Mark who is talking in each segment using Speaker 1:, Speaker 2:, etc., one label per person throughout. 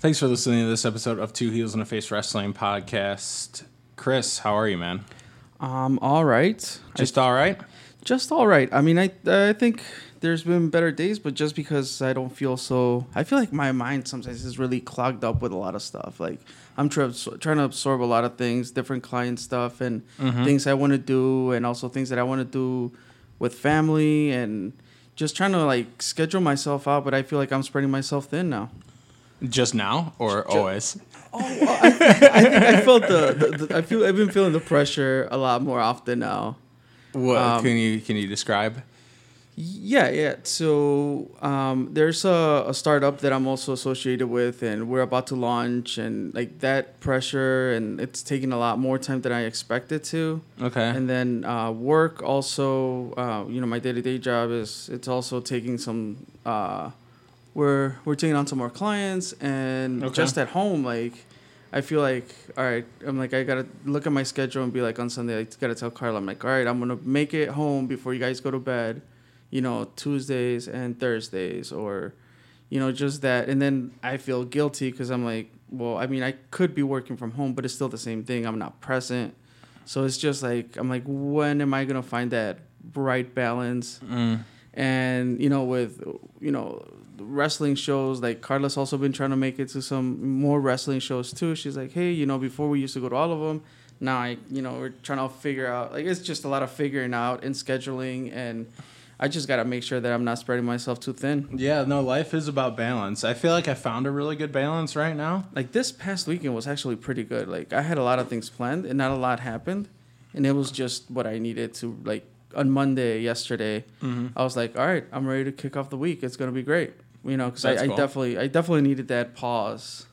Speaker 1: Thanks for listening to this episode of Two Heels and a Face Wrestling Podcast. Chris, how are you, man?
Speaker 2: Um, all right. I-
Speaker 1: Just all right?
Speaker 2: just all right. I mean, I I think there's been better days, but just because I don't feel so, I feel like my mind sometimes is really clogged up with a lot of stuff. Like I'm trying trying to absorb a lot of things, different client stuff, and things I want to do, and also things that I want to do with family, and just trying to like schedule myself out. But I feel like I'm spreading myself thin now.
Speaker 1: Just now or always?
Speaker 2: I felt the, the, the I feel I've been feeling the pressure a lot more often now.
Speaker 1: What can you can you describe?
Speaker 2: Yeah, yeah. So um, there's a, a startup that I'm also associated with, and we're about to launch, and like that pressure, and it's taking a lot more time than I expected to.
Speaker 1: Okay.
Speaker 2: And then uh, work also, uh, you know, my day to day job is it's also taking some. Uh, we're we're taking on some more clients, and
Speaker 1: Okay.
Speaker 2: just at home, like I feel like all right, I'm like I gotta look at my schedule and be like on Sunday, I gotta tell Carla, I'm like all right, I'm gonna make it home before you guys go to bed, you know, Tuesdays and Thursdays or. You know, just that, and then I feel guilty because I'm like, well, I mean, I could be working from home, but it's still the same thing. I'm not present. So it's just like I'm like, when am I gonna find that right balance? And you know, with you know, wrestling shows like Carla's also been trying to make it to some more wrestling shows too. She's like, hey, you know, before we used to go to all of them. Now I, you know, we're trying to figure out. Like it's just a lot of figuring out and scheduling, and I just gotta make sure that I'm not spreading myself too thin.
Speaker 1: Yeah, no, life is about balance. I feel like I found a really good balance right now.
Speaker 2: Like this past weekend was actually pretty good. Like I had a lot of things planned, and not a lot happened, and it was just what I needed to like. On Monday, yesterday,
Speaker 1: Mm-hmm.
Speaker 2: I was like, "All right, I'm ready to kick off the week. It's gonna be great." You know, because I,
Speaker 1: That's
Speaker 2: I
Speaker 1: cool.
Speaker 2: definitely, I definitely needed that pause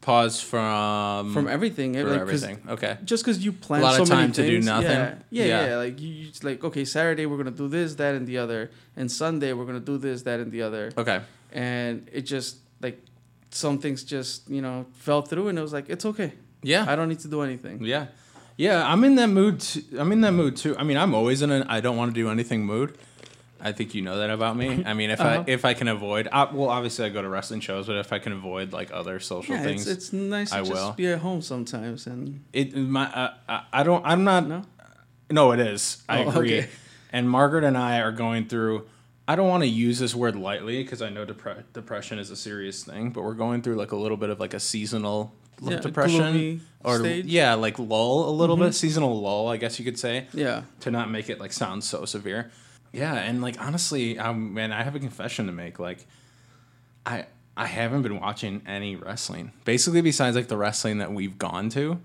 Speaker 1: Pause from
Speaker 2: from everything. It,
Speaker 1: for
Speaker 2: like, 'cause-
Speaker 1: Mm. everything. Okay.
Speaker 2: Just because you plan
Speaker 1: A lot
Speaker 2: so
Speaker 1: of time
Speaker 2: many
Speaker 1: to do
Speaker 2: things,
Speaker 1: nothing.
Speaker 2: Yeah, yeah,
Speaker 1: Yeah.
Speaker 2: yeah. Like you, you just like okay, Saturday we're gonna do this, that, and the other, and Sunday we're gonna do this, that, and the other.
Speaker 1: Okay.
Speaker 2: And it just like some things just you know fell through, and it was like it's okay.
Speaker 1: Yeah.
Speaker 2: I don't need to do anything.
Speaker 1: Yeah. Yeah, I'm in that mood. T- I'm in that mood too. I mean, I'm always in an I don't want to do anything mood. I think you know that about me. I mean, if
Speaker 2: Uh-huh.
Speaker 1: I if I can avoid, I, well, obviously I go to wrestling shows, but if I can avoid like other social
Speaker 2: Yeah,
Speaker 1: things,
Speaker 2: it's, it's nice to
Speaker 1: I
Speaker 2: just
Speaker 1: will.
Speaker 2: be at home sometimes, and
Speaker 1: it my uh, I, I don't I'm not
Speaker 2: No?
Speaker 1: no it is I
Speaker 2: Oh,
Speaker 1: agree.
Speaker 2: okay.
Speaker 1: And Margaret and I are going through. I don't want to use this word lightly because I know depre- depression is a serious thing, but we're going through like a little bit of like a seasonal l-
Speaker 2: Yeah,
Speaker 1: depression
Speaker 2: gloomy
Speaker 1: or
Speaker 2: stage. Mm-hmm.
Speaker 1: yeah, like lull a little bit, seasonal lull, I guess you could say
Speaker 2: yeah.
Speaker 1: to not make it like sound so severe. Yeah, and like honestly, um, man, I have a confession to make. Like, I I haven't been watching any wrestling, basically besides like the wrestling that we've gone to,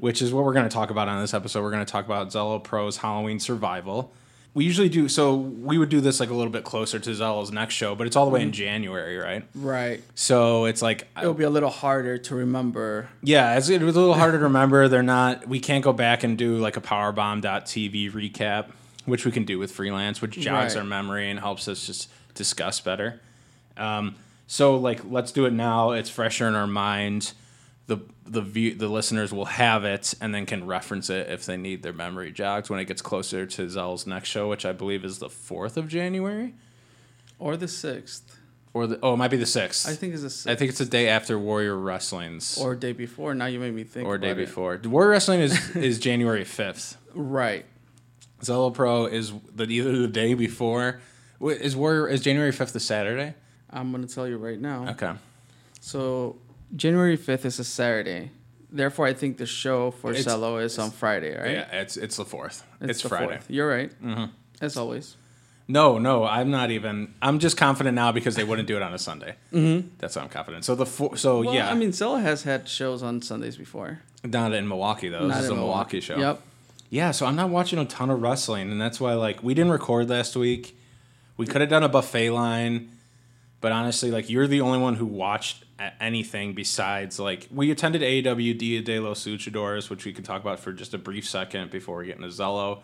Speaker 1: which is what we're gonna talk about on this episode. We're gonna talk about Zello Pro's Halloween Survival. We usually do so. We would do this like a little bit closer to Zello's next show, but it's all the way in January, right?
Speaker 2: Right.
Speaker 1: So it's like
Speaker 2: It'll be a little harder to remember.
Speaker 1: yeah, it's, it was a little harder to remember. They're not. We can't go back and do like a powerbomb.tv recap, which we can do with freelance, which jogs
Speaker 2: Right.
Speaker 1: our memory and helps us just discuss better. Um, so like, let's do it now. It's fresher in our mind. The the view, the listeners will have it and then can reference it if they need their memory jogs when it gets closer to Zell's next show, which I believe is the fourth of January
Speaker 2: Or the sixth.
Speaker 1: or the oh, it might be the sixth.
Speaker 2: I think it's the sixth.
Speaker 1: I think it's the day after Warrior Wrestling's.
Speaker 2: or day before. Now you made me think.
Speaker 1: or day
Speaker 2: about it.
Speaker 1: before. Warrior Wrestling is is January fifth.
Speaker 2: Right.
Speaker 1: Zello Pro is the either the day before. Wait, Is Warrior is January fifth the Saturday?
Speaker 2: I'm gonna tell you right now.
Speaker 1: Okay.
Speaker 2: So January 5th is a Saturday. Therefore, I think the show for
Speaker 1: It's-
Speaker 2: Cello is on Friday, right?
Speaker 1: Yeah, it's it's the fourth. It's,
Speaker 2: the
Speaker 1: Friday. Mm-hmm.
Speaker 2: 4th. You're right. As always.
Speaker 1: No, no, I'm not even. I'm just confident now because they wouldn't do it on a Sunday. Mm-hmm. That's why I'm confident. So the four, so
Speaker 2: Well,
Speaker 1: yeah,
Speaker 2: I mean, Cello has had shows on Sundays before.
Speaker 1: not in Milwaukee though. This
Speaker 2: Not
Speaker 1: is a
Speaker 2: in
Speaker 1: Milwaukee show.
Speaker 2: Yep.
Speaker 1: Yeah, so I'm not watching a ton of wrestling, and that's why like we didn't record last week. We could have done a buffet line, but honestly, like you're the only one who watched a- anything besides like we attended E AEW Dia de los Luchadores, which we can talk about for just a brief second before we get into Zello.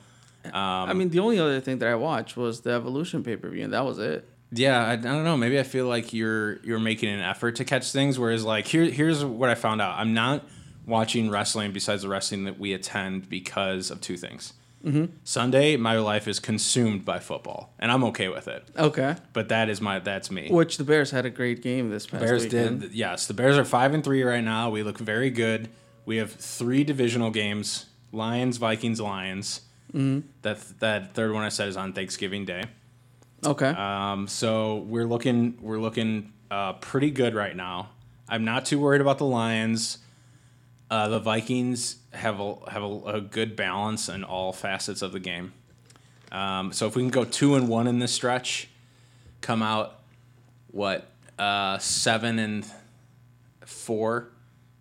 Speaker 2: I mean, the only other thing that I watched was the Evolution pay per view, and that was it.
Speaker 1: Yeah, I, I don't know. Maybe I feel like you're you're making an effort to catch things, whereas like here here's what I found out. I'm not watching wrestling besides the wrestling that we attend because of two things. Sunday, my life is consumed by football, and I'm okay with it.
Speaker 2: Okay.
Speaker 1: But that is my that's me.
Speaker 2: Which the Bears had a great game this past
Speaker 1: Bears
Speaker 2: weekend.
Speaker 1: did yes. The Bears are five and three right now. We look very good. We have three divisional games: Lions, Vikings, Lions. Mm-hmm. That that third one I said is on Thanksgiving Day.
Speaker 2: Okay.
Speaker 1: Um, so we're looking we're looking uh, pretty good right now. I'm not too worried about the Lions. Uh, the Vikings have a, have a, a good balance in all facets of the game. Um, so if we can go two and one in this stretch, come out what uh, seven and four,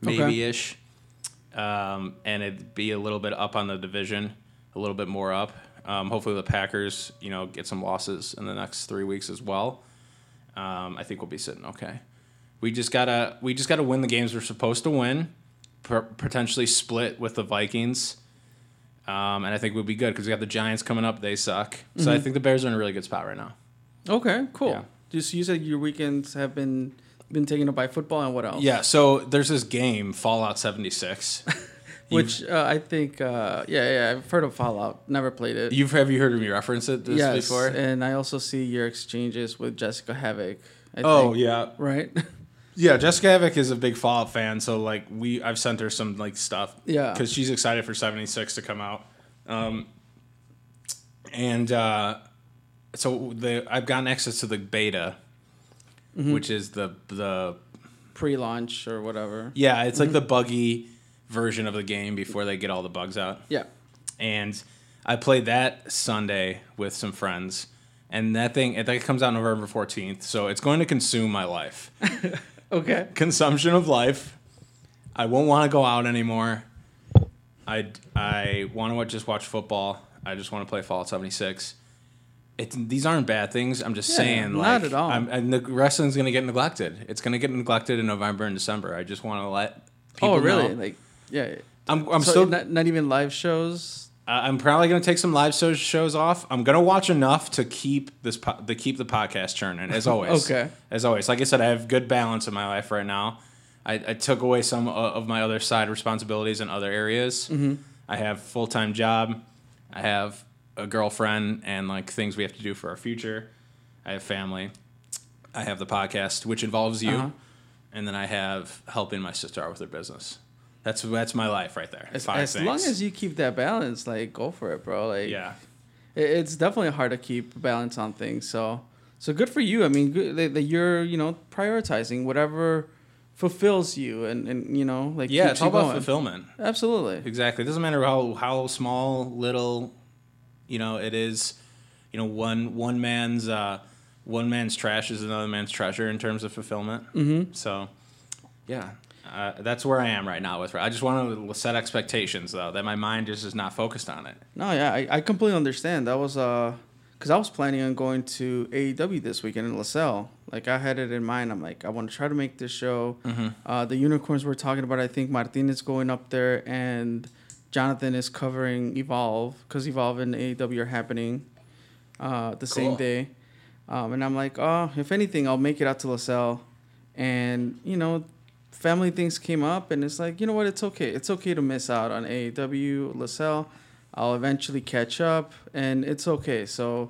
Speaker 2: Okay.
Speaker 1: maybe ish, um, and it'd be a little bit up on the division, a little bit more up. Um, hopefully the Packers, you know, get some losses in the next three weeks as well. Um, I think we'll be sitting okay. We just gotta we just gotta win the games we're supposed to win, per- potentially split with the Vikings. Um, and I think we'll be good because we got the Giants coming up. They suck, so I think the Bears are in a really good spot right now.
Speaker 2: okay. Cool.
Speaker 1: Yeah.
Speaker 2: Just you said your weekends have been been taken up by football and what else?
Speaker 1: Yeah, so there's this game, Fallout 76.
Speaker 2: Which uh, I think. Uh, yeah, yeah. I've heard of Fallout. Never played it.
Speaker 1: You've have you heard me reference it this
Speaker 2: yes.
Speaker 1: before?
Speaker 2: And I also see your exchanges with Jessica Havoc. I
Speaker 1: oh
Speaker 2: think,
Speaker 1: yeah,
Speaker 2: Right.
Speaker 1: yeah. Jessica Havoc is a big Fallout fan, so like we, I've sent her some like stuff.
Speaker 2: Yeah.
Speaker 1: because she's excited for 76 to come out. Um, and uh, so the I've gotten access to the beta,
Speaker 2: Mm-hmm.
Speaker 1: which is the the
Speaker 2: Pre-launch or whatever.
Speaker 1: yeah, it's like
Speaker 2: Mm-hmm.
Speaker 1: the buggy version of the game before they get all the bugs out.
Speaker 2: Yeah.
Speaker 1: and I played that Sunday with some friends. And that thing, that comes out November 14th. So it's going to consume my life.
Speaker 2: Okay.
Speaker 1: Consumption of life. I won't want to go out anymore. I, I want to just watch football. I just want to play Fallout 76. It's, these aren't bad things. I'm just saying, like,
Speaker 2: not at all.
Speaker 1: I'm, and the wrestling's going to get neglected. It's going to get neglected in November and December. I just want to let people
Speaker 2: oh really?
Speaker 1: know.
Speaker 2: Like yeah.
Speaker 1: I'm, I'm
Speaker 2: so
Speaker 1: still
Speaker 2: not, not even live
Speaker 1: I-
Speaker 2: shows.
Speaker 1: Uh, I'm probably going to take some live so- shows off. I'm going to watch enough to keep this po- to keep the podcast churning as always.
Speaker 2: Okay.
Speaker 1: As always, like I said, I have good balance in my life right now. I, I took away some o- of my other side responsibilities in other areas.
Speaker 2: Mm-hmm.
Speaker 1: I have full time job. I have a girlfriend and like things we have to do for our future. I have family. I have the podcast, which involves you,
Speaker 2: Uh-huh.
Speaker 1: and then I have helping my sister out with her business. That's that's my life right there.
Speaker 2: As,
Speaker 1: Five
Speaker 2: as long
Speaker 1: things.
Speaker 2: as you keep that balance, like go for it, bro. Like
Speaker 1: yeah.
Speaker 2: it- it's definitely hard to keep balance on things. So so good for you. I mean, good that, that you're you know prioritizing whatever fulfills you and and you know like
Speaker 1: Yeah,
Speaker 2: keeps
Speaker 1: it's
Speaker 2: you
Speaker 1: all about
Speaker 2: going.
Speaker 1: fulfillment.
Speaker 2: Absolutely.
Speaker 1: Exactly. It doesn't matter how how small, little, you know, it is. You know, one one man's uh, one man's trash is another man's treasure in terms of fulfillment. Mm-hmm. So, yeah, uh, that's where I am right now with. I just want to set expectations though that my mind just is not focused on it.
Speaker 2: No, yeah, I, I completely understand. That was uh, cause I was planning on going to AEW this weekend in LaSalle. Like I had it in mind. I'm like, I want to try to make this show. Uh, the unicorns we're talking about. I think Martin is going up there, and Jonathan is covering Evolve because Evolve and AEW are happening uh, the same
Speaker 1: Cool.
Speaker 2: day. Um, and I'm like, oh, if anything, I'll make it out to LaSalle. And, you know, family things came up, and it's like, you know what? It's okay. It's okay to miss out on AEW, LaSalle. I'll eventually catch up, and it's okay. So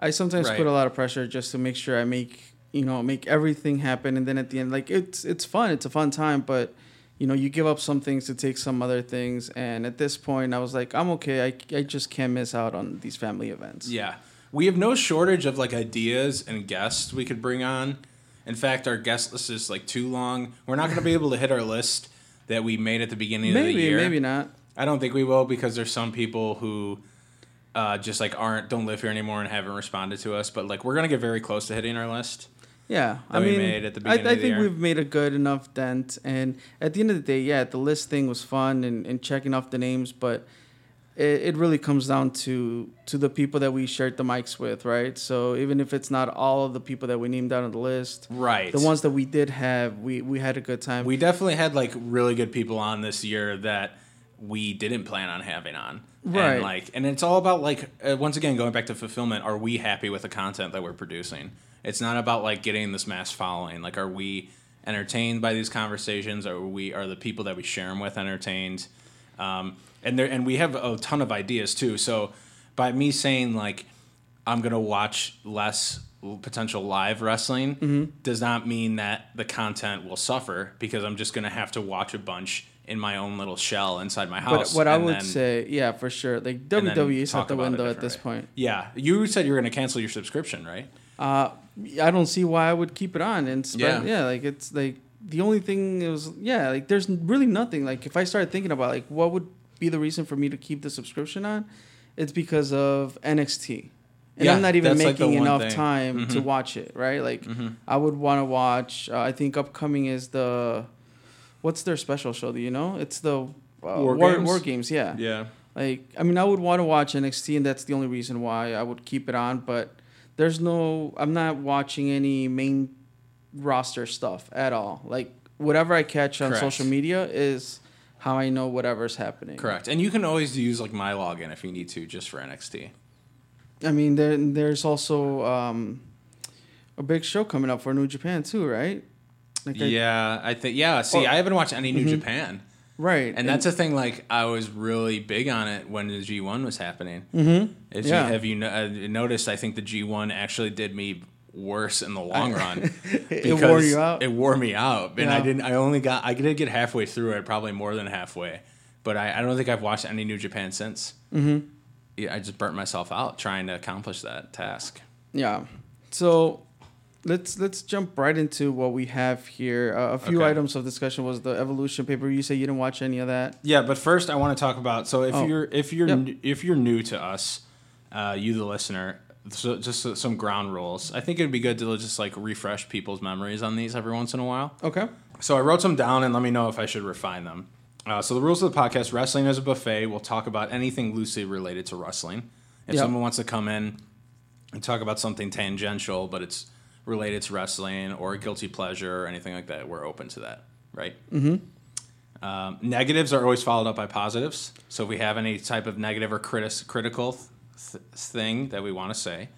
Speaker 2: I sometimes
Speaker 1: Right.
Speaker 2: put a lot of pressure just to make sure I make, you know, make everything happen. And then at the end, like, it's, it's fun. It's a fun time, but. You know, you give up some things to take some other things, and at this point, I was like, I'm okay. I, I just can't miss out on these family events.
Speaker 1: Yeah. We have no shortage of like ideas and guests we could bring on. In fact, our guest list is like too long. We're not going to be able to hit our list that we made at the beginning of the
Speaker 2: Maybe,
Speaker 1: year.
Speaker 2: maybe not.
Speaker 1: I don't think we will because there's some people who uh, just like aren't don't live here anymore and haven't responded to us. But like we're gonna get very close to hitting our list.
Speaker 2: Yeah, I
Speaker 1: that we
Speaker 2: mean,
Speaker 1: made at the
Speaker 2: I,
Speaker 1: beginning
Speaker 2: I
Speaker 1: of the
Speaker 2: think
Speaker 1: year.
Speaker 2: we've made a good enough dent, and at the end of the day, yeah, the list thing was fun and, and checking off the names, but it, it really comes down to to the people that we shared the mics with, right? So even if it's not all of the people that we named out on the list,
Speaker 1: Right.
Speaker 2: the ones that we did have, we we had a good time.
Speaker 1: we definitely had like really good people on this year that we didn't plan on having on.
Speaker 2: Right.
Speaker 1: And like, and it's all about like uh, once again going back to fulfillment. Are we happy with the content that we're producing? It's not about like getting this mass following. Like, are we entertained by these conversations? Are we are the people that we share them with entertained? Um, and there and we have a ton of ideas too. So by me saying like I'm gonna watch less potential live wrestling
Speaker 2: Mm-hmm.
Speaker 1: does not mean that the content will suffer because I'm just gonna have to watch a bunch in my own little shell inside my
Speaker 2: But
Speaker 1: house.
Speaker 2: what I
Speaker 1: and
Speaker 2: would
Speaker 1: then-
Speaker 2: say, yeah, for sure. Like
Speaker 1: and then
Speaker 2: WWE's out
Speaker 1: talk
Speaker 2: the
Speaker 1: about it
Speaker 2: window
Speaker 1: different
Speaker 2: at this
Speaker 1: way.
Speaker 2: point.
Speaker 1: Yeah, you said you were gonna cancel your subscription, right?
Speaker 2: Uh, I don't see why I would keep it on and spend.
Speaker 1: Yeah.
Speaker 2: Yeah. like it's like the only thing it was. Yeah, like there's really nothing. Like if I started thinking about like what would be the reason for me to keep the subscription on, it's because of NXT, and
Speaker 1: Yeah,
Speaker 2: I'm not even
Speaker 1: that's, like, the
Speaker 2: making
Speaker 1: one
Speaker 2: enough
Speaker 1: thing. Mm-hmm.
Speaker 2: time to
Speaker 1: Mhm.
Speaker 2: watch it. Right, like I would want to watch. Uh, I think upcoming is the, what's their special show? Do you know? It's the uh,
Speaker 1: War
Speaker 2: War,
Speaker 1: Games?
Speaker 2: War Games. Yeah.
Speaker 1: Yeah.
Speaker 2: Like, I mean, I would want to watch NXT, and that's the only reason why I would keep it on. But there's no, I'm not watching any main roster stuff at all. Like, whatever I catch on
Speaker 1: Correct.
Speaker 2: social media is how I know whatever's happening.
Speaker 1: Correct. And you can always use like my login if you need to, just for NXT.
Speaker 2: I mean, there, there's also um, a big show coming up for New Japan too, right? Like I-
Speaker 1: Yeah, I think. Yeah, see,
Speaker 2: Or-
Speaker 1: I haven't watched
Speaker 2: mm-hmm.
Speaker 1: any New Japan,
Speaker 2: right.
Speaker 1: and that's a thing. Like, I was really big on it when the G one was happening. Mm-hmm. If
Speaker 2: Yeah.
Speaker 1: you, have you no- uh, noticed? I think the G one actually did me worse in the long run.
Speaker 2: It- it wore you out.
Speaker 1: It wore me out, and I
Speaker 2: Yeah.
Speaker 1: didn't. I only got. I did get halfway through it, probably more than halfway, but I, I don't think I've watched any New Japan since. Mm-hmm. Yeah, I just burnt myself out trying to accomplish that task.
Speaker 2: Yeah. So let's let's jump right into what we have here. Uh, a few
Speaker 1: Okay.
Speaker 2: items of discussion was the Evolution paper. You say you didn't watch any of that.
Speaker 1: Yeah, but first I want to talk about. So if
Speaker 2: Oh.
Speaker 1: you're if you're
Speaker 2: Yep.
Speaker 1: n if you're new to us, uh, you the listener, so just so- some ground rules. I think it'd be good to just like refresh people's memories on these every once in a while.
Speaker 2: Okay.
Speaker 1: So I wrote some down and let me know if I should refine them. Uh, so the rules of the podcast: wrestling is a buffet. We'll talk about anything loosely related to wrestling. If
Speaker 2: Yep.
Speaker 1: someone wants to come in and talk about something tangential, but it's related to wrestling or guilty pleasure or anything like that, we're open to that, right? Um, negatives are always followed up by positives. So if we have any type of negative or critis- critical th- thing that we want to say,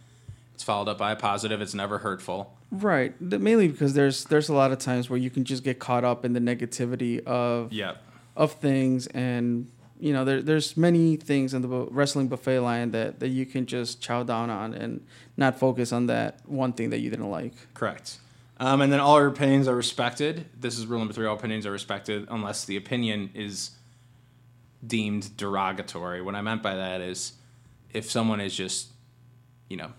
Speaker 1: it's followed up by a positive. It's never hurtful.
Speaker 2: Right. The- mainly because there's there's a lot of times where you can just get caught up in the negativity of
Speaker 1: Yep.
Speaker 2: of things and you know there, there's many things in the bu- wrestling buffet line that, that you can just chow down on and not focus on that one thing that you didn't like
Speaker 1: Correct. Um, and then all our opinions are respected. This is rule number three. All opinions are respected unless the opinion is deemed derogatory. What I meant by that is if someone is just, you know,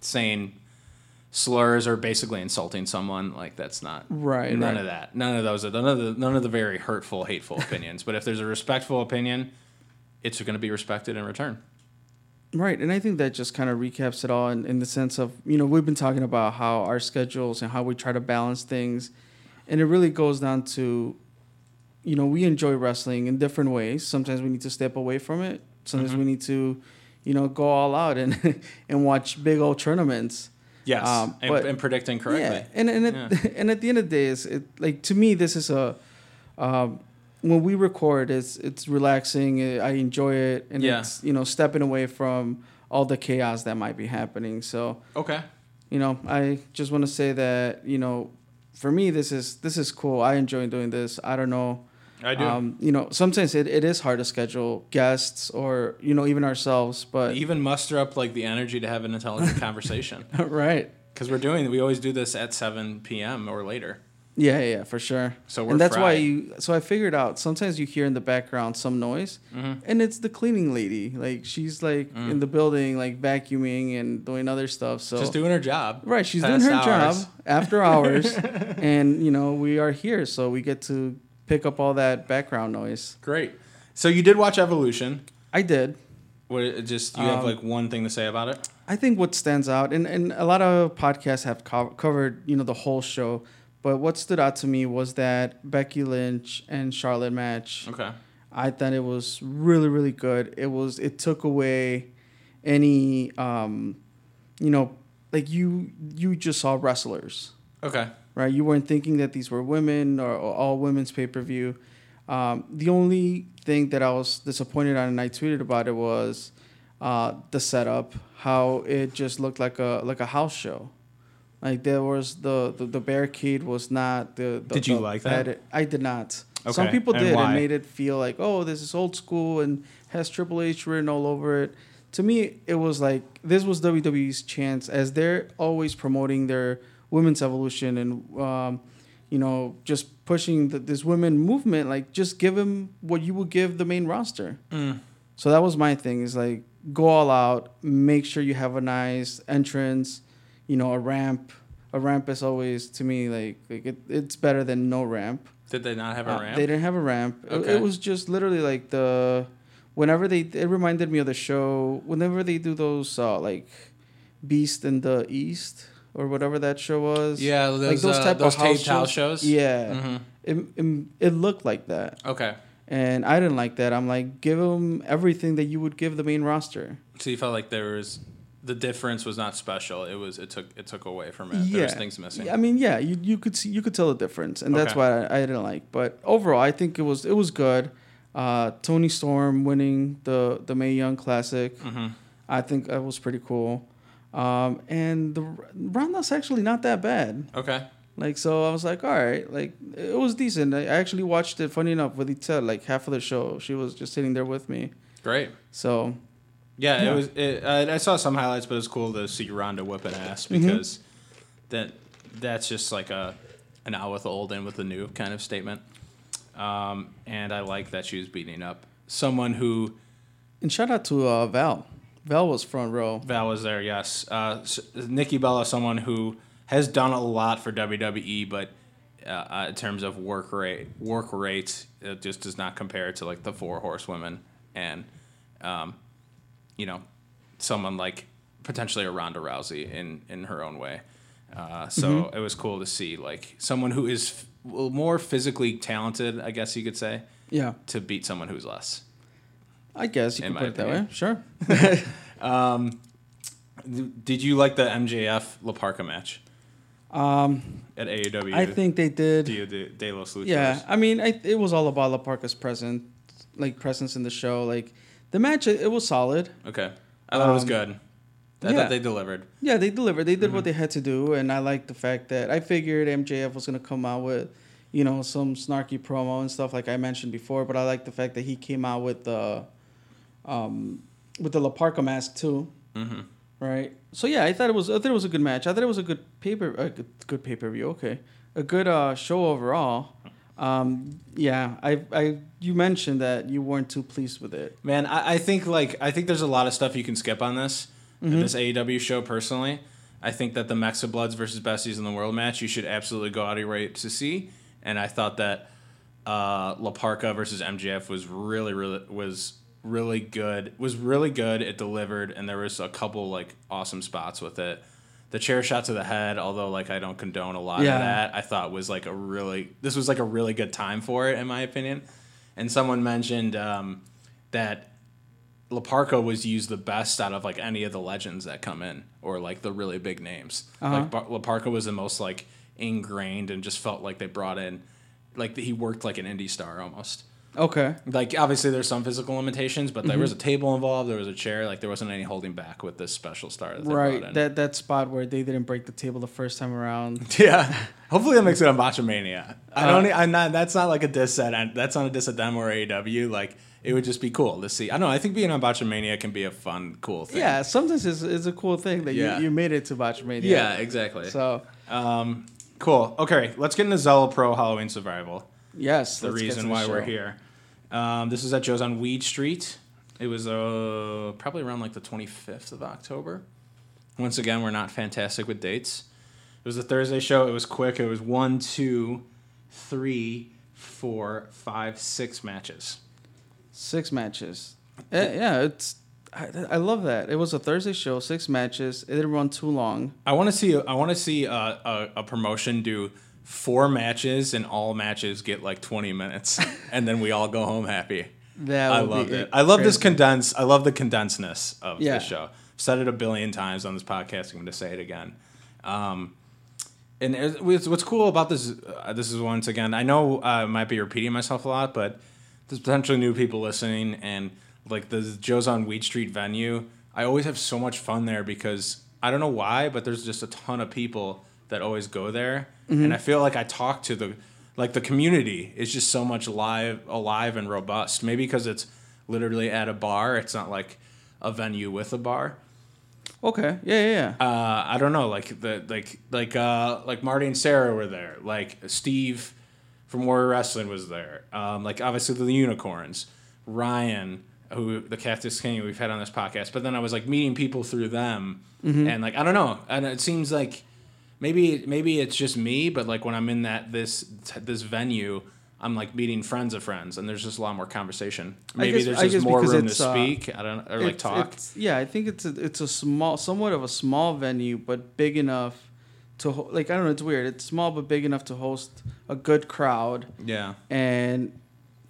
Speaker 1: saying slurs or basically insulting someone, like that's not
Speaker 2: Right,
Speaker 1: None
Speaker 2: right.
Speaker 1: of that. None of those. Are, none of the none of the very hurtful, hateful opinions. But if there's a respectful opinion, it's going to be respected in return.
Speaker 2: Right, and I think that just kind of recaps it all in, in the sense of, you know, we've been talking about how our schedules and how we try to balance things. And it really goes down to, you know, we enjoy wrestling in different ways. Sometimes we need to step away from it. Sometimes we need to, you know, go all out and and watch big old tournaments.
Speaker 1: Yes,
Speaker 2: Um,
Speaker 1: and,
Speaker 2: but-
Speaker 1: and predicting correctly.
Speaker 2: Yeah, and and at, and at the end of the day, is it like to me this is a, um, when we record, it's it's relaxing. I enjoy it, and
Speaker 1: Yeah.
Speaker 2: it's you know stepping away from all the chaos that might be happening. So
Speaker 1: Okay.
Speaker 2: you know, I just want to say that you know, for me, this is this is cool. I enjoy doing this. I don't know.
Speaker 1: I do.
Speaker 2: Um, you know, sometimes it, it is hard to schedule guests or you know even ourselves, but
Speaker 1: even muster up like the energy to have an intelligent conversation
Speaker 2: right.
Speaker 1: because we're doing we always do this at 7 p.m or later
Speaker 2: Yeah, yeah, yeah, for sure.
Speaker 1: So we're
Speaker 2: and that's why
Speaker 1: fried.
Speaker 2: you. So I figured out sometimes you hear in the background some noise,
Speaker 1: Mm-hmm.
Speaker 2: and it's the cleaning lady. Like she's like
Speaker 1: Mm.
Speaker 2: in the building, like vacuuming and doing other stuff. So
Speaker 1: just doing her job
Speaker 2: right, she's doing
Speaker 1: Past
Speaker 2: her
Speaker 1: hours.
Speaker 2: job after hours, and you know we are here, so we get to pick up all that background noise.
Speaker 1: great so you did watch evolution
Speaker 2: I did.
Speaker 1: what it just you have
Speaker 2: Um,
Speaker 1: like one thing to say about it
Speaker 2: I think what stands out, and, and a lot of podcasts have co- covered, you know, the whole show, but what stood out to me was that Becky Lynch and Charlotte match.
Speaker 1: okay
Speaker 2: I thought it was really, really good. It was it took away any um you know, like you you just saw wrestlers,
Speaker 1: okay
Speaker 2: right? You weren't thinking that these were women or, or all women's pay per view. Um, the only thing that I was disappointed on, and I tweeted about it, was uh, the setup. How it just looked like a like a house show. Like there was the the, the barricade was not the. the
Speaker 1: Did you
Speaker 2: the
Speaker 1: like that?
Speaker 2: padded- I did not. Some
Speaker 1: Okay,
Speaker 2: people
Speaker 1: and
Speaker 2: did
Speaker 1: why?
Speaker 2: and made it feel like, oh, this is old school and has Triple H written all over it. To me, it was like this was WWE's chance as they're always promoting their women's evolution and, um, you know, just pushing the, this women movement. Like, just give them what you would give the main roster.
Speaker 1: Mm.
Speaker 2: So that was my thing is like go all out, make sure you have a nice entrance, you know, a ramp. A ramp is always to me like like it, it's better than no ramp.
Speaker 1: Did they not have a
Speaker 2: Uh,
Speaker 1: ramp?
Speaker 2: they didn't have a ramp. It- It,
Speaker 1: Okay.
Speaker 2: was just literally like the whenever they it reminded me of the show whenever they do those uh, like Beast in the East or whatever that show was.
Speaker 1: yeah, those, like those, uh, type those of taped house shows.
Speaker 2: Yeah.
Speaker 1: Mhm.
Speaker 2: It, it, it looked like that.
Speaker 1: Okay.
Speaker 2: And I didn't like that. I'm like give them everything that you would give the main roster.
Speaker 1: So you felt like there was the difference was not special. It was it took it took away from it. There was things missing.
Speaker 2: I mean, yeah, you, you could see you could tell the difference, and that's
Speaker 1: Okay.
Speaker 2: why I, I didn't like. But overall, I think it was it was good. Uh, Tony Storm winning the the May Young Classic,
Speaker 1: Mm-hmm.
Speaker 2: I think that was pretty cool. Um, and the r- Ronda's actually not that bad.
Speaker 1: Okay.
Speaker 2: Like so, I was like, all right, like it was decent. I actually watched it. Funny enough, with Ita, like half of the show, she was just sitting there with me.
Speaker 1: Great.
Speaker 2: So
Speaker 1: Yeah,
Speaker 2: Yeah.
Speaker 1: it was. It, uh, I, I saw some highlights, but it was cool to see Ronda whipping ass because that that's just like a an out with the old in with the new kind of statement. Um, and I like that she was beating up someone who
Speaker 2: and shout out to uh, Val. Val was front row.
Speaker 1: Val was there. Yes, uh, s- Nikki Bella, someone who has done a lot for WWE, but uh, uh, in terms of work rate, work rate, it just does not compare to like the four horsewomen and, um, you know, someone like potentially a Ronda Rousey in in her own way. Uh, so it was cool to see like someone who is f- well, more physically talented, I guess you could say,
Speaker 2: Yeah,
Speaker 1: to beat someone who's less.
Speaker 2: I guess you
Speaker 1: In
Speaker 2: could
Speaker 1: my
Speaker 2: put it that way.
Speaker 1: opinion.
Speaker 2: Sure.
Speaker 1: Did you like the MJF Laparca match
Speaker 2: Um,
Speaker 1: at E AEW?
Speaker 2: I think they did.
Speaker 1: Dia de, de los Luchadores.
Speaker 2: yeah, I mean, I, it was all about La Parca's present, like presence in the show. Like the match, it, it was solid.
Speaker 1: Okay. I thought it was
Speaker 2: Um,
Speaker 1: good. I
Speaker 2: yeah.
Speaker 1: thought they delivered.
Speaker 2: Yeah, they delivered. They did what they had to do, and I liked the fact that I figured MJF was gonna come out with, you know, some snarky promo and stuff like I mentioned before. But I like the fact that he came out with the, um, with the La Parca mask too.
Speaker 1: Mm-hmm.
Speaker 2: Right. So yeah, I thought it was. I thought it was a good match. I thought it was a good paper. A good, good pay per view. Okay. A good uh, show overall. Um, yeah. I. I. You mentioned that you weren't too pleased with it.
Speaker 1: Man, I, I think like I think there's a lot of stuff you can skip on this this AEW show. Personally, I think that the Mexa Bloods versus Besties in the World match you should absolutely go out of your way to see. And I thought that uh, La Parca versus MJF was really really was really good. Was really good. It delivered, and there was a couple like awesome spots with it. The chair shot to the head, although like I don't condone a lot
Speaker 2: Yeah.
Speaker 1: of that, I thought was like a really this was like a really good time for it in my opinion. And someone mentioned um, that Laparca was used the best out of like any of the legends that come in or like the really big names.
Speaker 2: Uh-huh.
Speaker 1: Like Bar- Laparca was the most like ingrained and just felt like they brought in like he worked like an indie star almost.
Speaker 2: Okay.
Speaker 1: Like obviously there's some physical limitations, but
Speaker 2: Mm-hmm.
Speaker 1: there was a table involved, there was a chair, like there wasn't any holding back with this special star that they brought
Speaker 2: Right.
Speaker 1: in.
Speaker 2: That that spot where they didn't break the table the first time around.
Speaker 1: Yeah. Hopefully that makes it on Botchamania. I
Speaker 2: Uh-huh.
Speaker 1: don't. e, I'm not. That's not like a diss at. and That's not a diss at them or AEW. Like it would just be cool to see. I don't know. I think being on Botchamania can be a fun, cool thing.
Speaker 2: Yeah. Sometimes it's, it's a cool thing that
Speaker 1: Yeah.
Speaker 2: you, you made it to Botchmania.
Speaker 1: Yeah. Exactly.
Speaker 2: So
Speaker 1: um, cool. Okay. Let's get into Zello Pro Halloween Survival.
Speaker 2: yes,
Speaker 1: The
Speaker 2: let's get to
Speaker 1: reason
Speaker 2: the
Speaker 1: why we're
Speaker 2: show.
Speaker 1: here. Um, this was at Joe's on Weed Street. It was uh, probably around like the 25th of October. Once again, we're not fantastic with dates. It was a Thursday show. It was quick. It was one, two, three, four, five, six matches.
Speaker 2: Six matches. Eh, yeah. It's. I, I love that. It was a Thursday show. Six matches. It didn't run too long.
Speaker 1: I want to see. I want to see a, a, a promotion do four matches, and all matches get like 20 minutes, and then we all go home happy.
Speaker 2: That
Speaker 1: I
Speaker 2: would be e
Speaker 1: love it. I love this
Speaker 2: crazy.
Speaker 1: condense. I love the condensedness of
Speaker 2: Yeah.
Speaker 1: this show. I've said it a billion times on this podcast. I'm going to say it again. Um, and it- what's what's cool about this, uh, this is once again, I know uh, I might be repeating myself a lot, but there's potentially new people listening, and like the Joe's on Weed Street venue, I always have so much fun there because I don't know why, but there's just a ton of people that always go there, and I feel like I talk to the Like the community is just so much live, alive and robust. Maybe because it's literally at a bar. It's not like a venue with a bar.
Speaker 2: Okay. Yeah, yeah, yeah.
Speaker 1: Uh, I don't know. Like the like like uh, like Marty and Sarah were there. Like Steve from Warrior Wrestling was there. Um, like obviously the unicorns, Ryan, who the Cactus King we've had on this podcast. But then I was like meeting people through them,
Speaker 2: Mm-hmm.
Speaker 1: and like I don't know. And it seems like maybe maybe it's just me, but like when I'm in that this this venue. I'm like meeting friends of friends, and there's just a lot more conversation. Maybe
Speaker 2: guess-
Speaker 1: there's
Speaker 2: I
Speaker 1: just
Speaker 2: guess
Speaker 1: more
Speaker 2: because
Speaker 1: room to
Speaker 2: it's, uh,
Speaker 1: speak. I don't or like
Speaker 2: It's-
Speaker 1: talk.
Speaker 2: it's- yeah, I think it's a, it's a small, somewhat of a small venue, but big enough to ho- like I don't know. It's weird. It's small but big enough to host a good crowd.
Speaker 1: Yeah.
Speaker 2: and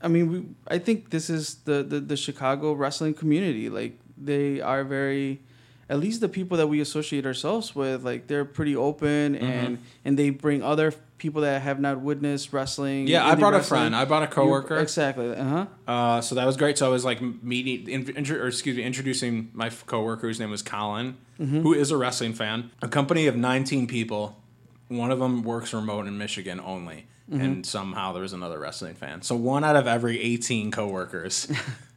Speaker 2: I mean, we I think this is the, the the Chicago wrestling community. Like they are very, at least the people that we associate ourselves with, like they're pretty open
Speaker 1: Mm-hmm.
Speaker 2: and and they bring other people that have not witnessed wrestling.
Speaker 1: Yeah, I
Speaker 2: indie
Speaker 1: brought a
Speaker 2: wrestling.
Speaker 1: friend. I brought a
Speaker 2: You-
Speaker 1: coworker.
Speaker 2: exactly. Uh huh.
Speaker 1: Uh, so that was great. So I was like meeting, in, intro, or excuse me, introducing my f- coworker whose name was Colin,
Speaker 2: Mm-hmm.
Speaker 1: who is a wrestling fan. A company of 19 people. One of them works remote in Michigan only,
Speaker 2: Mm-hmm.
Speaker 1: and somehow there was another wrestling fan. So one out of every 18 coworkers,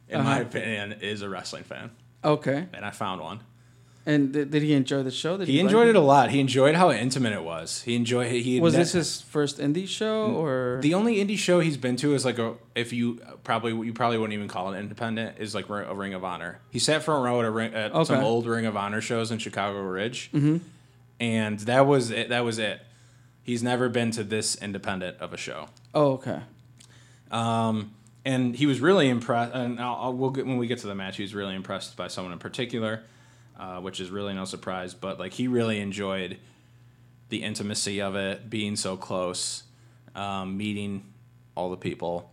Speaker 1: in
Speaker 2: Uh-huh.
Speaker 1: my opinion, is a wrestling fan,
Speaker 2: Okay.
Speaker 1: and I found one.
Speaker 2: And th- did he enjoy the show? Did
Speaker 1: He enjoyed it a lot. He enjoyed how intimate it was. He enjoyed. He
Speaker 2: Was
Speaker 1: ne-
Speaker 2: this his first indie show or?
Speaker 1: The only indie show he's been to is like a if you probably you probably wouldn't even call it independent is like a Ring of Honor. He sat front row at, a ring, at some
Speaker 2: Okay. Mm-hmm.
Speaker 1: old Ring of Honor shows in Chicago Ridge, and that was it. That was it. He's never been to this independent of a show,
Speaker 2: oh, okay.
Speaker 1: and he was really impressed. And I'll, I'll, we'll get when we get to the match, he was really impressed by someone in particular, uh, which is really no surprise. But like he really enjoyed the intimacy of it, being so close, um, meeting all the people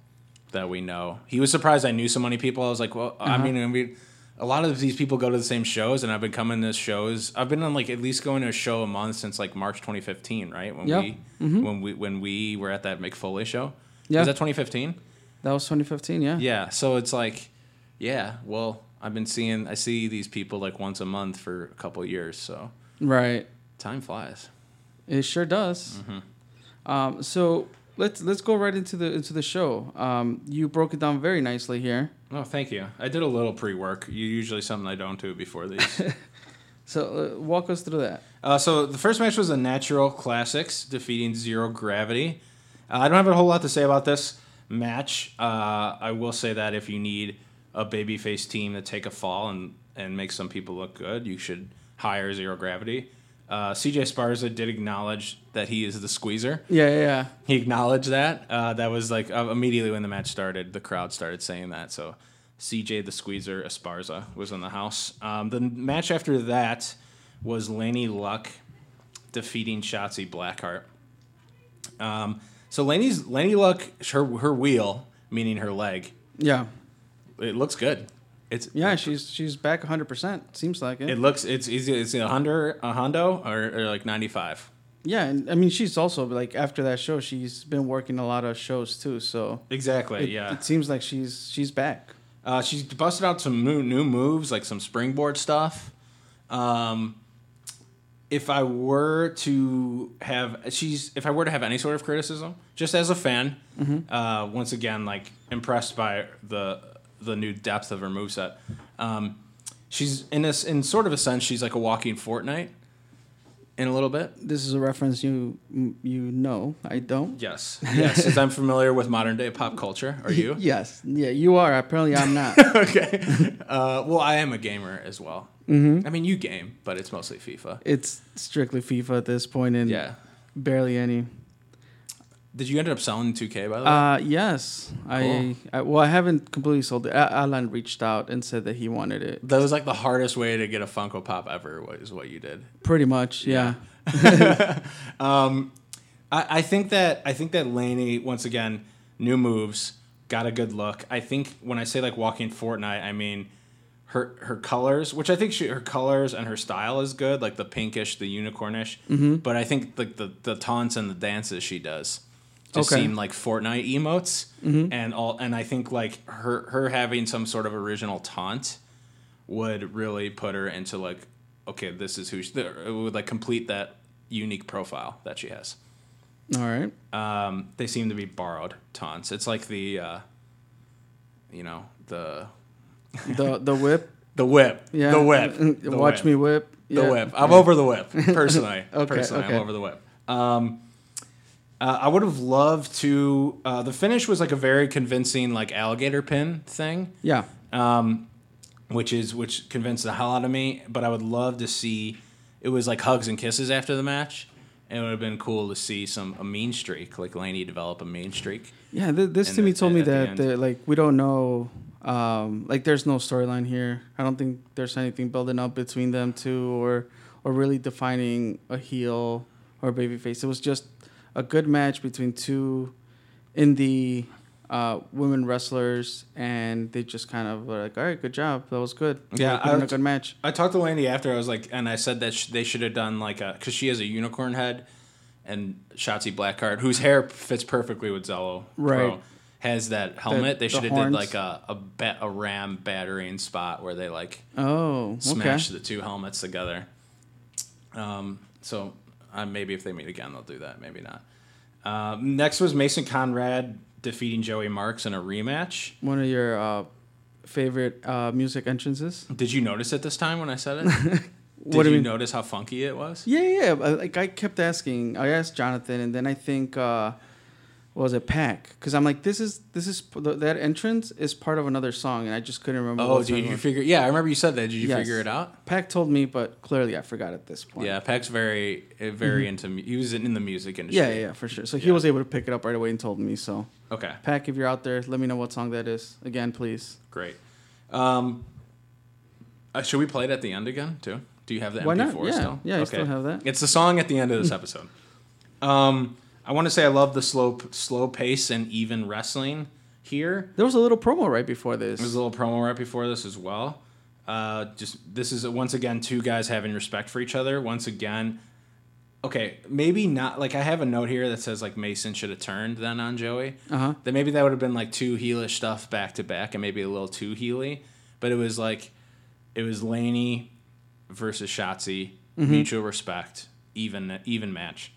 Speaker 1: that we know. He was surprised I knew so many people. I was like, well, I
Speaker 2: Uh-huh.
Speaker 1: mean, I mean, a lot of these people go to the same shows, and I've been coming to shows. I've been on like at least going to a show a month since like March 2015, right? When
Speaker 2: Yeah. Mm-hmm.
Speaker 1: we when we when we were at that McFoley show.
Speaker 2: Yeah.
Speaker 1: Is that 2015?
Speaker 2: That was 2015. Yeah.
Speaker 1: Yeah. So it's like, yeah. Well, I've been seeing I see these people like once a month for a couple years. So
Speaker 2: Right.
Speaker 1: time flies.
Speaker 2: It sure does.
Speaker 1: Mm-hmm.
Speaker 2: Um, so let's let's go right into the into the show. Um, you broke it down very nicely here.
Speaker 1: Oh, thank you. I did a little pre-work. You usually something I don't do before these.
Speaker 2: So uh, walk us through that.
Speaker 1: Uh, so the first match was the Natural Classics defeating Zero Gravity. Uh, I don't have a whole lot to say about this match. Uh, I will say that if you need a babyface team to take a fall and and make some people look good, you should hire Zero Gravity. Uh, CJ Sparza did acknowledge that he is the squeezer.
Speaker 2: Yeah, yeah, yeah.
Speaker 1: He acknowledged that. Uh, that was like uh, immediately when the match started, the crowd started saying that. So CJ the Squeezer Esparza was in the house. Um, the match after that was Laney Luck defeating Shotzi Blackheart. Um, so Laney's Laney Luck her her wheel, meaning her leg,
Speaker 2: Yeah.
Speaker 1: it looks good. It's
Speaker 2: Yeah, she's she's back 100%. Seems like it.
Speaker 1: It looks it's easy. It's a hundred, a hundo, or, or like ninety five.
Speaker 2: Yeah, and I mean she's also like after that show she's been working a lot of shows too, so
Speaker 1: Exactly.
Speaker 2: it,
Speaker 1: yeah.
Speaker 2: it seems like she's she's back.
Speaker 1: Uh, she's busted out some mo- new moves, like some springboard stuff. Um, if I were to have, she's if I were to have any sort of criticism, just as a fan, uh, once again, like impressed by the the new depth of her moveset. Um, she's in this in sort of a sense, she's like a walking Fortnite in a little bit.
Speaker 2: This is a reference you you know. I don't.
Speaker 1: Yes, yes, since I'm familiar with modern day pop culture. Are you?
Speaker 2: Yes. Yeah, you are. Apparently I'm not.
Speaker 1: okay. Uh, well, I am a gamer as well. I mean, you game, but it's mostly FIFA.
Speaker 2: it's strictly FIFA at this point and
Speaker 1: Yeah.
Speaker 2: barely any
Speaker 1: Did you end up selling 2K by the way?
Speaker 2: Uh, yes. I, I well, I haven't completely sold it. A- Alan reached out and said that he wanted it.
Speaker 1: that was like the hardest way to get a Funko Pop ever. wa- Is what you did.
Speaker 2: Pretty much, yeah.
Speaker 1: I, I think that I think that Laney once again new moves got a good look. I think when I say like walking Fortnite, I mean her her colors, which I think she her colors and her style is good, like the pinkish, the unicornish. But I think like the, the taunts and the dances she does just
Speaker 2: Okay.
Speaker 1: seem like Fortnite emotes, and all and I think like her her having some sort of original taunt would really put her into like okay this is who she, it would like complete that unique profile that she has
Speaker 2: All right.
Speaker 1: um, they seem to be borrowed taunts. It's like the, uh, you know, the
Speaker 2: The the whip.
Speaker 1: the whip,
Speaker 2: Yeah.
Speaker 1: the whip, the
Speaker 2: Watch
Speaker 1: whip.
Speaker 2: me whip.
Speaker 1: the
Speaker 2: Yeah.
Speaker 1: whip. I'm over the whip personally.
Speaker 2: Okay,
Speaker 1: personally,
Speaker 2: okay.
Speaker 1: I'm over the whip. Um, uh, I would have loved to. Uh, the finish was like a very convincing like alligator pin thing,
Speaker 2: Yeah.
Speaker 1: which is which convinced the hell out of me. But I would love to see. It was like hugs and kisses after the match. And it would have been cool to see some a mean streak, like Laney develop a mean streak.
Speaker 2: Yeah, th- this
Speaker 1: And
Speaker 2: to me
Speaker 1: at-
Speaker 2: told me
Speaker 1: at the
Speaker 2: that
Speaker 1: end.
Speaker 2: that, like we don't know, um, like there's no storyline here. I don't think there's anything building up between them two, or or really defining a heel or babyface. It was just a good match between two indie uh, women wrestlers, and they just kind of were like, all right, good job, that was good.
Speaker 1: Yeah, I
Speaker 2: I in a
Speaker 1: would-
Speaker 2: good match.
Speaker 1: I talked to Landy after I was like, and I said that sh- they should have done like a because she has a unicorn head, and Shotzi Blackheart, whose hair fits perfectly with Zello, Pro,
Speaker 2: Right.
Speaker 1: has that helmet.
Speaker 2: the
Speaker 1: they should have did
Speaker 2: horns.
Speaker 1: like a a, ba- a ram battering spot where they like
Speaker 2: Oh, okay.
Speaker 1: smash the two helmets together. Um, so uh, maybe if they meet again, they'll do that. Maybe not. Um, next was Mason Conrad defeating Joey Marks in a rematch.
Speaker 2: One of your uh, favorite uh, music entrances.
Speaker 1: Did you notice it this time when I said it? Did
Speaker 2: What do
Speaker 1: you
Speaker 2: you mean?
Speaker 1: notice how funky it was?
Speaker 2: Yeah, yeah. but, Like I kept asking. I asked Jonathan, and then I think uh, what was it Pack? Because I'm like, this is this is th- that entrance is part of another song, and I just couldn't remember.
Speaker 1: Oh, did you figure? Yeah, I remember you said that. Did you
Speaker 2: Yes.
Speaker 1: figure it out?
Speaker 2: Pack told me, but clearly I forgot at this point.
Speaker 1: Yeah, Peck's very, eh, very into. mu- He was in the music industry.
Speaker 2: Mm-hmm. yeah, yeah, yeah, for sure. So he
Speaker 1: Yeah.
Speaker 2: was able to pick it up right away and told me. So
Speaker 1: Okay,
Speaker 2: Pack, if you're out there, let me know what song that is again, please.
Speaker 1: great. Um, uh, should we play it at the end again too? Do you have the
Speaker 2: Why not?
Speaker 1: MP4
Speaker 2: Yeah.
Speaker 1: still?
Speaker 2: Yeah, I still have that.
Speaker 1: It's the song at the end of this episode. um, I want to say I love the slow, slow pace and even wrestling here.
Speaker 2: There was a little promo right before this.
Speaker 1: There's a little promo right before this as well. Uh, just this is once again two guys having respect for each other. Once again, okay, maybe not. Like I have a note here that says like Mason should have turned then on Joey.
Speaker 2: uh huh.
Speaker 1: Then maybe that would have been like two heelish stuff back to back, and maybe a little too heely. But it was like it was Laney versus Shotzi, mutual respect, even even match.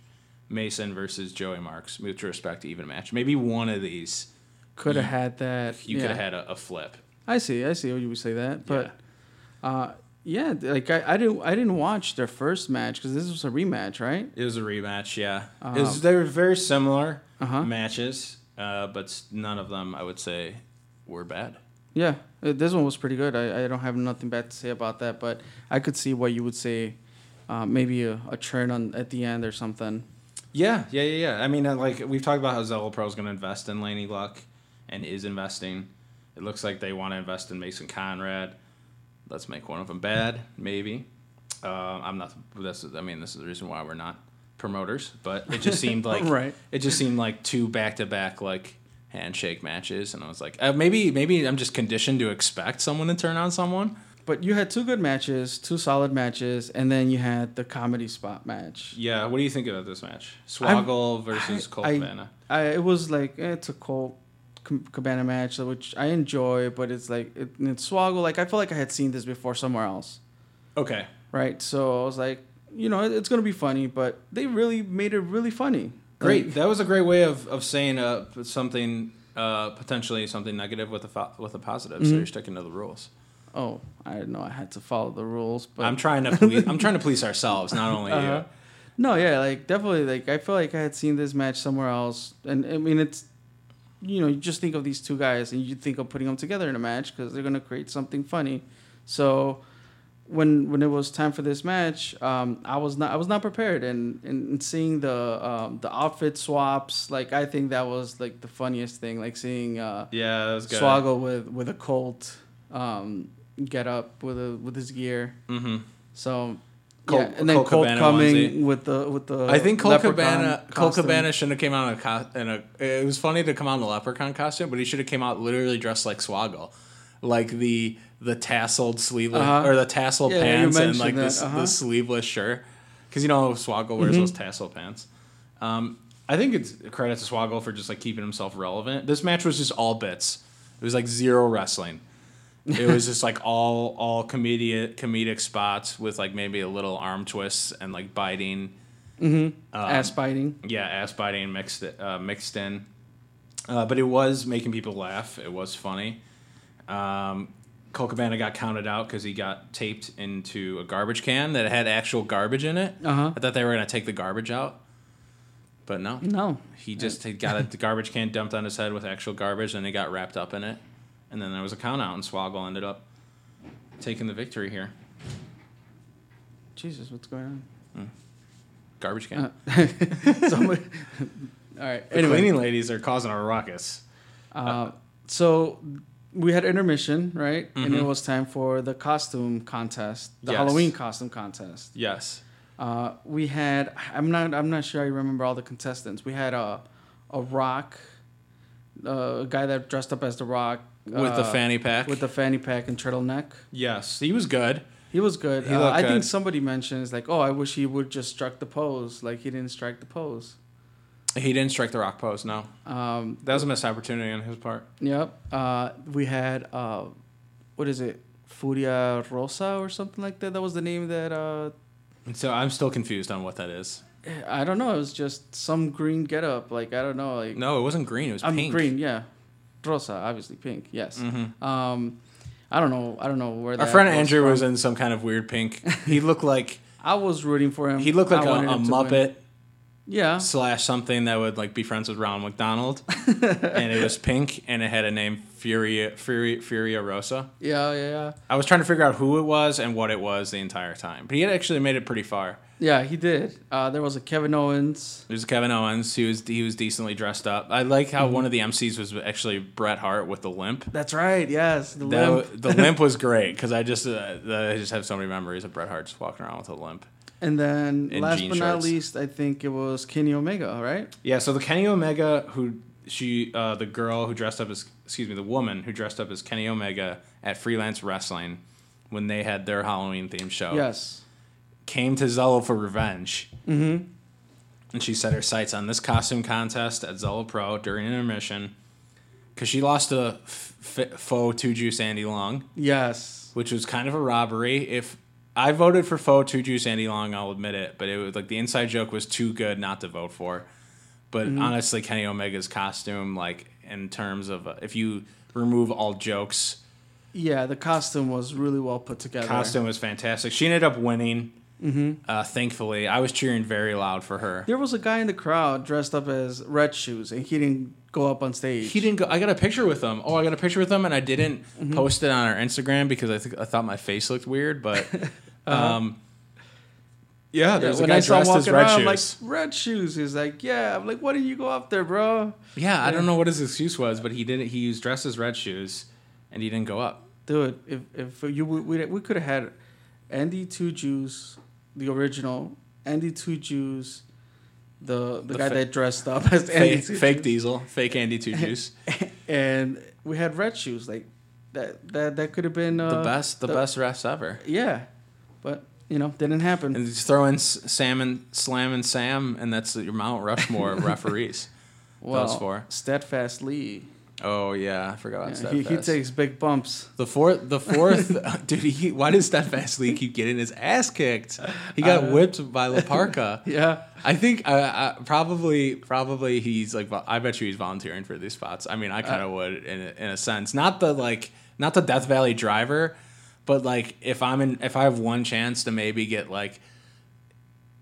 Speaker 1: Mason versus Joey Marks, mutual respect, even match. Maybe one of these
Speaker 2: Could have had that.
Speaker 1: you could
Speaker 2: yeah.
Speaker 1: have had a, a flip.
Speaker 2: I see. I see. You would say that, but uh, yeah, th- like I, I didn't I didn't watch their first match because this was a rematch, right?
Speaker 1: It was a rematch, yeah. it was, they were very similar
Speaker 2: Uh-huh.
Speaker 1: matches, uh, but s- none of them, I would say, were bad.
Speaker 2: Yeah, uh, this one was pretty good. I, I don't have nothing bad to say about that, but I could see what you would say, uh, maybe a, a turn on at the end or something.
Speaker 1: Yeah, yeah, yeah, yeah. I mean, uh, like we've talked about how Zello Pro is going to invest in Laney Luck, and is investing. It looks like they want to invest in Mason Conrad. Let's make one of them bad, maybe. Uh, I'm not. This is. I mean, this is the reason why we're not promoters. But it just seemed like
Speaker 2: Right.
Speaker 1: It just seemed like two back to back like handshake matches, and I was like, uh, maybe maybe I'm just conditioned to expect someone to turn on someone.
Speaker 2: But you had two good matches, two solid matches, and then you had the comedy spot match.
Speaker 1: Yeah. What do you think about this match? Swoggle versus
Speaker 2: I-
Speaker 1: Colt
Speaker 2: I-
Speaker 1: Cabana.
Speaker 2: I, it was like eh, it's a Colt Com- Cabana match, which I enjoy, but it's like it, it's swaggle. Like I feel like I had seen this before somewhere else.
Speaker 1: Okay.
Speaker 2: right? So I was like, you know, it- it's gonna be funny, but they really made it really funny.
Speaker 1: Great.
Speaker 2: Like,
Speaker 1: That was a great way of, of saying uh, something uh, potentially something negative with a fo- with a positive.
Speaker 2: Mm-hmm.
Speaker 1: So you're sticking to the rules.
Speaker 2: oh, I didn't know I had to follow the rules, but
Speaker 1: I'm trying to police, I'm trying to police ourselves, not only
Speaker 2: Uh-huh. no, yeah, like definitely, like I feel like I had seen this match somewhere else, and I mean, it's you know, you just think of these two guys, and you think of putting them together in a match because they're gonna create something funny. So. When, when it was time for this match, um, I was not I was not prepared, and, and seeing the um, the outfit swaps, like I think that was like the funniest thing, like seeing uh,
Speaker 1: you. Yeah, that was good.
Speaker 2: Swaggle with with a Colt um, get up with a with his gear.
Speaker 1: Mm-hmm.
Speaker 2: So
Speaker 1: Colt-
Speaker 2: yeah, and then
Speaker 1: Colt
Speaker 2: Colt,
Speaker 1: Cabana
Speaker 2: coming
Speaker 1: onesie.
Speaker 2: with the with the
Speaker 1: I think Cole
Speaker 2: leprechaun
Speaker 1: Cabana, Cole
Speaker 2: costume.
Speaker 1: Cabana should have came out in a, co- in a. It was funny to come out in a leprechaun costume, but he should have came out literally dressed like Swoggle, like the the tasseled sleeveless
Speaker 2: Uh-huh.
Speaker 1: or the tassel
Speaker 2: Yeah, you
Speaker 1: pants and
Speaker 2: mentioned
Speaker 1: like
Speaker 2: that,
Speaker 1: this
Speaker 2: uh-huh. Mm-hmm.
Speaker 1: the sleeveless shirt, because you know Swoggle wears those tassel pants. Um, I think it's credit to Swoggle for just like keeping himself relevant. This match was just all bits. It was like zero wrestling. It was just like all all comedic comedic spots with like maybe a little arm twists and like biting
Speaker 2: Mm-hmm. Ass biting.
Speaker 1: yeah, ass biting mixed uh, mixed in, uh, but it was making people laugh. It was funny. Um, Cole Cabana got counted out because he got taped into a garbage can that had actual garbage in it.
Speaker 2: Uh-huh.
Speaker 1: I thought they were gonna take the garbage out, but no,
Speaker 2: No.
Speaker 1: he just had got a the garbage can dumped on his head with actual garbage, and he got wrapped up in it. And then there was a count out, and Swoggle ended up taking the victory here.
Speaker 2: Jesus, what's going on?
Speaker 1: Garbage
Speaker 2: Uh,
Speaker 1: can.
Speaker 2: Somebody- all right.
Speaker 1: the
Speaker 2: Anyway,
Speaker 1: cleaning ladies are causing a ruckus.
Speaker 2: uh, so we had intermission, right? And it was time for the costume contest,
Speaker 1: Mm-hmm.
Speaker 2: the
Speaker 1: Yes.
Speaker 2: Halloween costume contest.
Speaker 1: Yes.
Speaker 2: Uh, we had I'm not I'm not sure I remember all the contestants. We had a a rock, uh, a guy that dressed up as the Rock
Speaker 1: With the
Speaker 2: uh,
Speaker 1: fanny pack.
Speaker 2: with the fanny pack and turtleneck.
Speaker 1: Yes, he was good.
Speaker 2: He was good.
Speaker 1: He
Speaker 2: Uh,
Speaker 1: looked
Speaker 2: I
Speaker 1: good.
Speaker 2: think somebody mentions like, oh, I wish he would just struck the pose. Like he didn't strike the pose.
Speaker 1: He didn't strike the rock pose. No,
Speaker 2: Um,
Speaker 1: that was a missed opportunity on his part.
Speaker 2: Yep. Uh, we had uh, what is it, Furia Rosa or something like that. That was the name that uh,
Speaker 1: And so I'm still confused on what that is.
Speaker 2: I don't know. It was just some green getup. Like I don't know. Like
Speaker 1: No, it wasn't green. It was
Speaker 2: I'm
Speaker 1: pink.
Speaker 2: green. Yeah, Rosa, obviously pink. Yes.
Speaker 1: Mhm.
Speaker 2: Um, I don't know. I don't know where
Speaker 1: Our
Speaker 2: that
Speaker 1: friend
Speaker 2: was
Speaker 1: Andrew
Speaker 2: from.
Speaker 1: was in some kind of weird pink. He looked like
Speaker 2: I was rooting for him.
Speaker 1: he looked
Speaker 2: I
Speaker 1: like a,
Speaker 2: wanted
Speaker 1: a
Speaker 2: him to win.
Speaker 1: Muppet
Speaker 2: Yeah.
Speaker 1: slash something that would like be friends with Ronald McDonald, and it was pink and it had a name Furia Furia Furia Rosa.
Speaker 2: Yeah. Yeah. Yeah.
Speaker 1: I was trying to figure out who it was and what it was the entire time, but he had actually made it pretty far.
Speaker 2: Yeah, he did. Uh, there was a Kevin Owens.
Speaker 1: There's Kevin Owens. He was he was decently dressed up. I like how one of the MCs was actually Bret Hart with the limp.
Speaker 2: That's right. Yes, the
Speaker 1: That
Speaker 2: limp.
Speaker 1: w- the limp was great because I just uh, the- I just have so many memories of Bret Hart just walking around with a limp.
Speaker 2: And then
Speaker 1: And
Speaker 2: last
Speaker 1: jean
Speaker 2: but not
Speaker 1: shorts.
Speaker 2: least, I think it was Kenny Omega, right?
Speaker 1: Yeah, so the Kenny Omega who she uh, the girl who dressed up as excuse me the woman who dressed up as Kenny Omega at Freelance Wrestling when they had their Halloween themed show
Speaker 2: Yes.
Speaker 1: came to Zello for revenge. Mm-hmm. And she set her sights on this costume contest at Zello Pro during intermission because she lost to f- f- faux two juice Andy Long.
Speaker 2: Yes.
Speaker 1: which was kind of a robbery. If I voted for Foe Two Juice Andy Long, I'll admit it, but it was like the inside joke was too good not to vote for. But honestly, Kenny Omega's costume, like in terms of uh, if you remove all jokes,
Speaker 2: Yeah, the costume was really well put together.
Speaker 1: costume was fantastic. She ended up winning. Uh, thankfully, I was cheering very loud for her.
Speaker 2: There was a guy in the crowd dressed up as Red Shoes, and he didn't go up on stage.
Speaker 1: He didn't go. I got a picture with him. Oh, I got a picture with him, and I didn't post it on our Instagram because I think I thought my face looked weird. But um, yeah,
Speaker 2: Yeah,
Speaker 1: there's a
Speaker 2: when
Speaker 1: guy
Speaker 2: I saw him
Speaker 1: dressed as
Speaker 2: walking
Speaker 1: red
Speaker 2: around,
Speaker 1: shoes.
Speaker 2: I'm like Red Shoes. He's like, yeah. I'm like, why didn't you go up there, bro?
Speaker 1: Yeah, I don't know what his excuse was, but he didn't. He used dressed as red shoes, and he didn't go up.
Speaker 2: Dude, if if you would- we we could have had Andy Two Jews, the original Andy Two Jews, the the, guy
Speaker 1: fa-
Speaker 2: that dressed up as Andy
Speaker 1: Fake,
Speaker 2: Two
Speaker 1: fake
Speaker 2: Jews.
Speaker 1: Diesel, fake Andy Two Juice,
Speaker 2: and we had red shoes. Like that that that could have been uh,
Speaker 1: the best, the, best refs ever.
Speaker 2: Yeah, but you know, didn't happen.
Speaker 1: And just throw in S- Sam and Slam and Sam, and that's your Mount Rushmore of referees.
Speaker 2: well,
Speaker 1: four.
Speaker 2: steadfast Lee.
Speaker 1: Oh yeah, I forgot about
Speaker 2: Yeah, he, he
Speaker 1: Steadfast.
Speaker 2: takes big bumps.
Speaker 1: the fourth, the fourth, dude. He, why does Steadfast Lee keep getting his ass kicked? He got whipped by Laparca.
Speaker 2: Uh, Yeah,
Speaker 1: I think uh, uh, probably probably he's like vo- I bet you he's volunteering for these spots. I mean, I
Speaker 2: Uh,
Speaker 1: kind of would in a, in a sense. Not the like not the Death Valley driver, but like if I'm in if I have one chance to maybe get like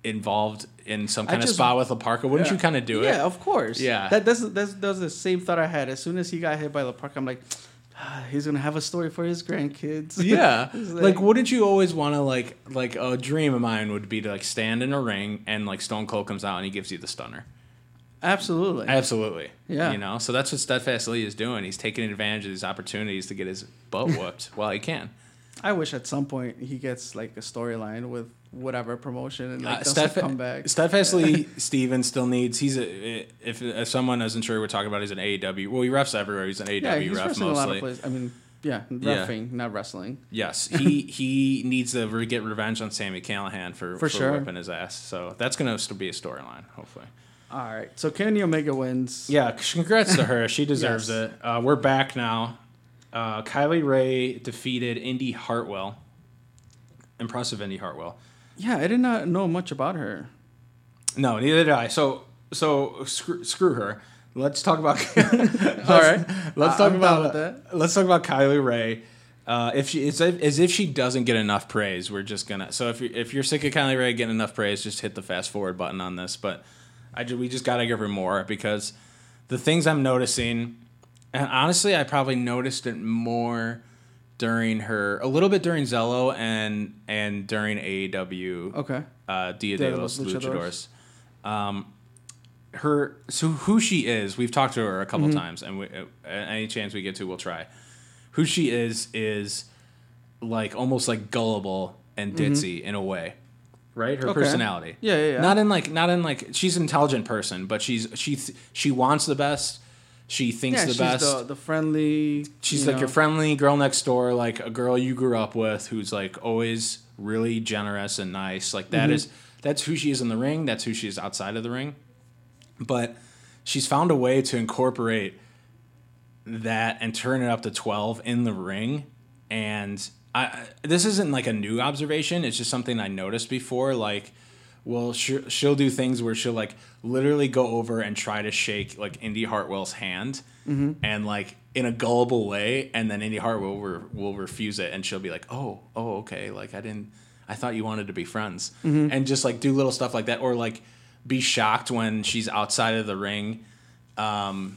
Speaker 1: involved in some kind of
Speaker 2: just-
Speaker 1: spot with La Parka, wouldn't you kind of do
Speaker 2: yeah,
Speaker 1: it?
Speaker 2: of course.
Speaker 1: Yeah.
Speaker 2: that that's, that's that was the same thought I had. As soon as he got hit by the park, I'm like, ah, he's gonna have a story for his grandkids.
Speaker 1: Yeah.
Speaker 2: It's
Speaker 1: like, wouldn't you always want to like like a dream of mine would be to like stand in a ring and like Stone Cold comes out and he gives you the stunner.
Speaker 2: absolutely.
Speaker 1: Absolutely.
Speaker 2: Yeah.
Speaker 1: You know, so that's what Steadfast Lee is doing. He's taking advantage of these opportunities to get his butt whooped while he can.
Speaker 2: I wish at some point he gets like a storyline with whatever promotion and like
Speaker 1: Uh,
Speaker 2: does a
Speaker 1: Steadfa-
Speaker 2: comeback.
Speaker 1: Steadfast Lee Stevens still needs. He's a if, if someone isn't sure we're talking about, he's an AEW. Well, he refs everywhere. He's an AEW
Speaker 2: yeah, he's
Speaker 1: ref
Speaker 2: wrestling a lot
Speaker 1: mostly.
Speaker 2: of places. I mean, yeah,
Speaker 1: Yeah.
Speaker 2: roughing, not wrestling.
Speaker 1: Yes, he he needs to re- get revenge on Sammy Callahan for
Speaker 2: For sure.
Speaker 1: whipping his ass. So that's gonna still be a storyline, hopefully.
Speaker 2: All right. So Kenny Omega wins.
Speaker 1: Yeah, c- congrats to her. She deserves
Speaker 2: Yes.
Speaker 1: it. Uh, we're back now. Uh, Kylie Ray defeated Indy Hartwell. Impressive, Indy Hartwell.
Speaker 2: Yeah, I did not know much about her.
Speaker 1: No, neither did I. So so screw, screw her. Let's talk about. let's,
Speaker 2: All right.
Speaker 1: Let's
Speaker 2: I-
Speaker 1: talk
Speaker 2: I'm down
Speaker 1: about
Speaker 2: with that.
Speaker 1: Let's talk about Kylie Ray. Uh, if she it's as, as if she doesn't get enough praise, we're just gonna. So if you if you're sick of Kylie Ray getting enough praise, just hit the fast forward button on this. But I ju- we just gotta give her more because the things I'm noticing, and honestly, I probably noticed it more during her a little bit during Zello and and during E AEW
Speaker 2: Okay.
Speaker 1: uh, Dia de,
Speaker 2: de
Speaker 1: los
Speaker 2: los
Speaker 1: Luchadores.
Speaker 2: Luchadores.
Speaker 1: Um, her so who she is, we've talked to her a
Speaker 2: Mm-hmm.
Speaker 1: couple times, and we, uh, any chance we get to, we'll try. Who she is is like almost like gullible and ditzy in a way, right? Her
Speaker 2: Mm-hmm. Okay.
Speaker 1: personality,
Speaker 2: Yeah, yeah, yeah.
Speaker 1: Not in like not in like she's an intelligent person, but she's she th- she wants the best. She thinks
Speaker 2: Yeah,
Speaker 1: the
Speaker 2: she's
Speaker 1: best.
Speaker 2: the, the friendly.
Speaker 1: She's
Speaker 2: you
Speaker 1: like
Speaker 2: know,
Speaker 1: your friendly girl next door, like a girl you grew up with who's like always really generous and nice. Like
Speaker 2: Mm-hmm.
Speaker 1: that is that's who she is in the ring, that's who she is outside of the ring. But she's found a way to incorporate that and turn it up to 12 in the ring and I- I this isn't like a new observation, it's just something I noticed before like well she, she'll do things where she'll like literally go over and try to shake like Indy Hartwell's hand and like in a gullible way and then Indy Hartwell will, re- will refuse it and she'll be like oh oh okay like I didn't I thought you wanted to be friends and just like do little stuff like that or like be shocked when she's outside of the ring um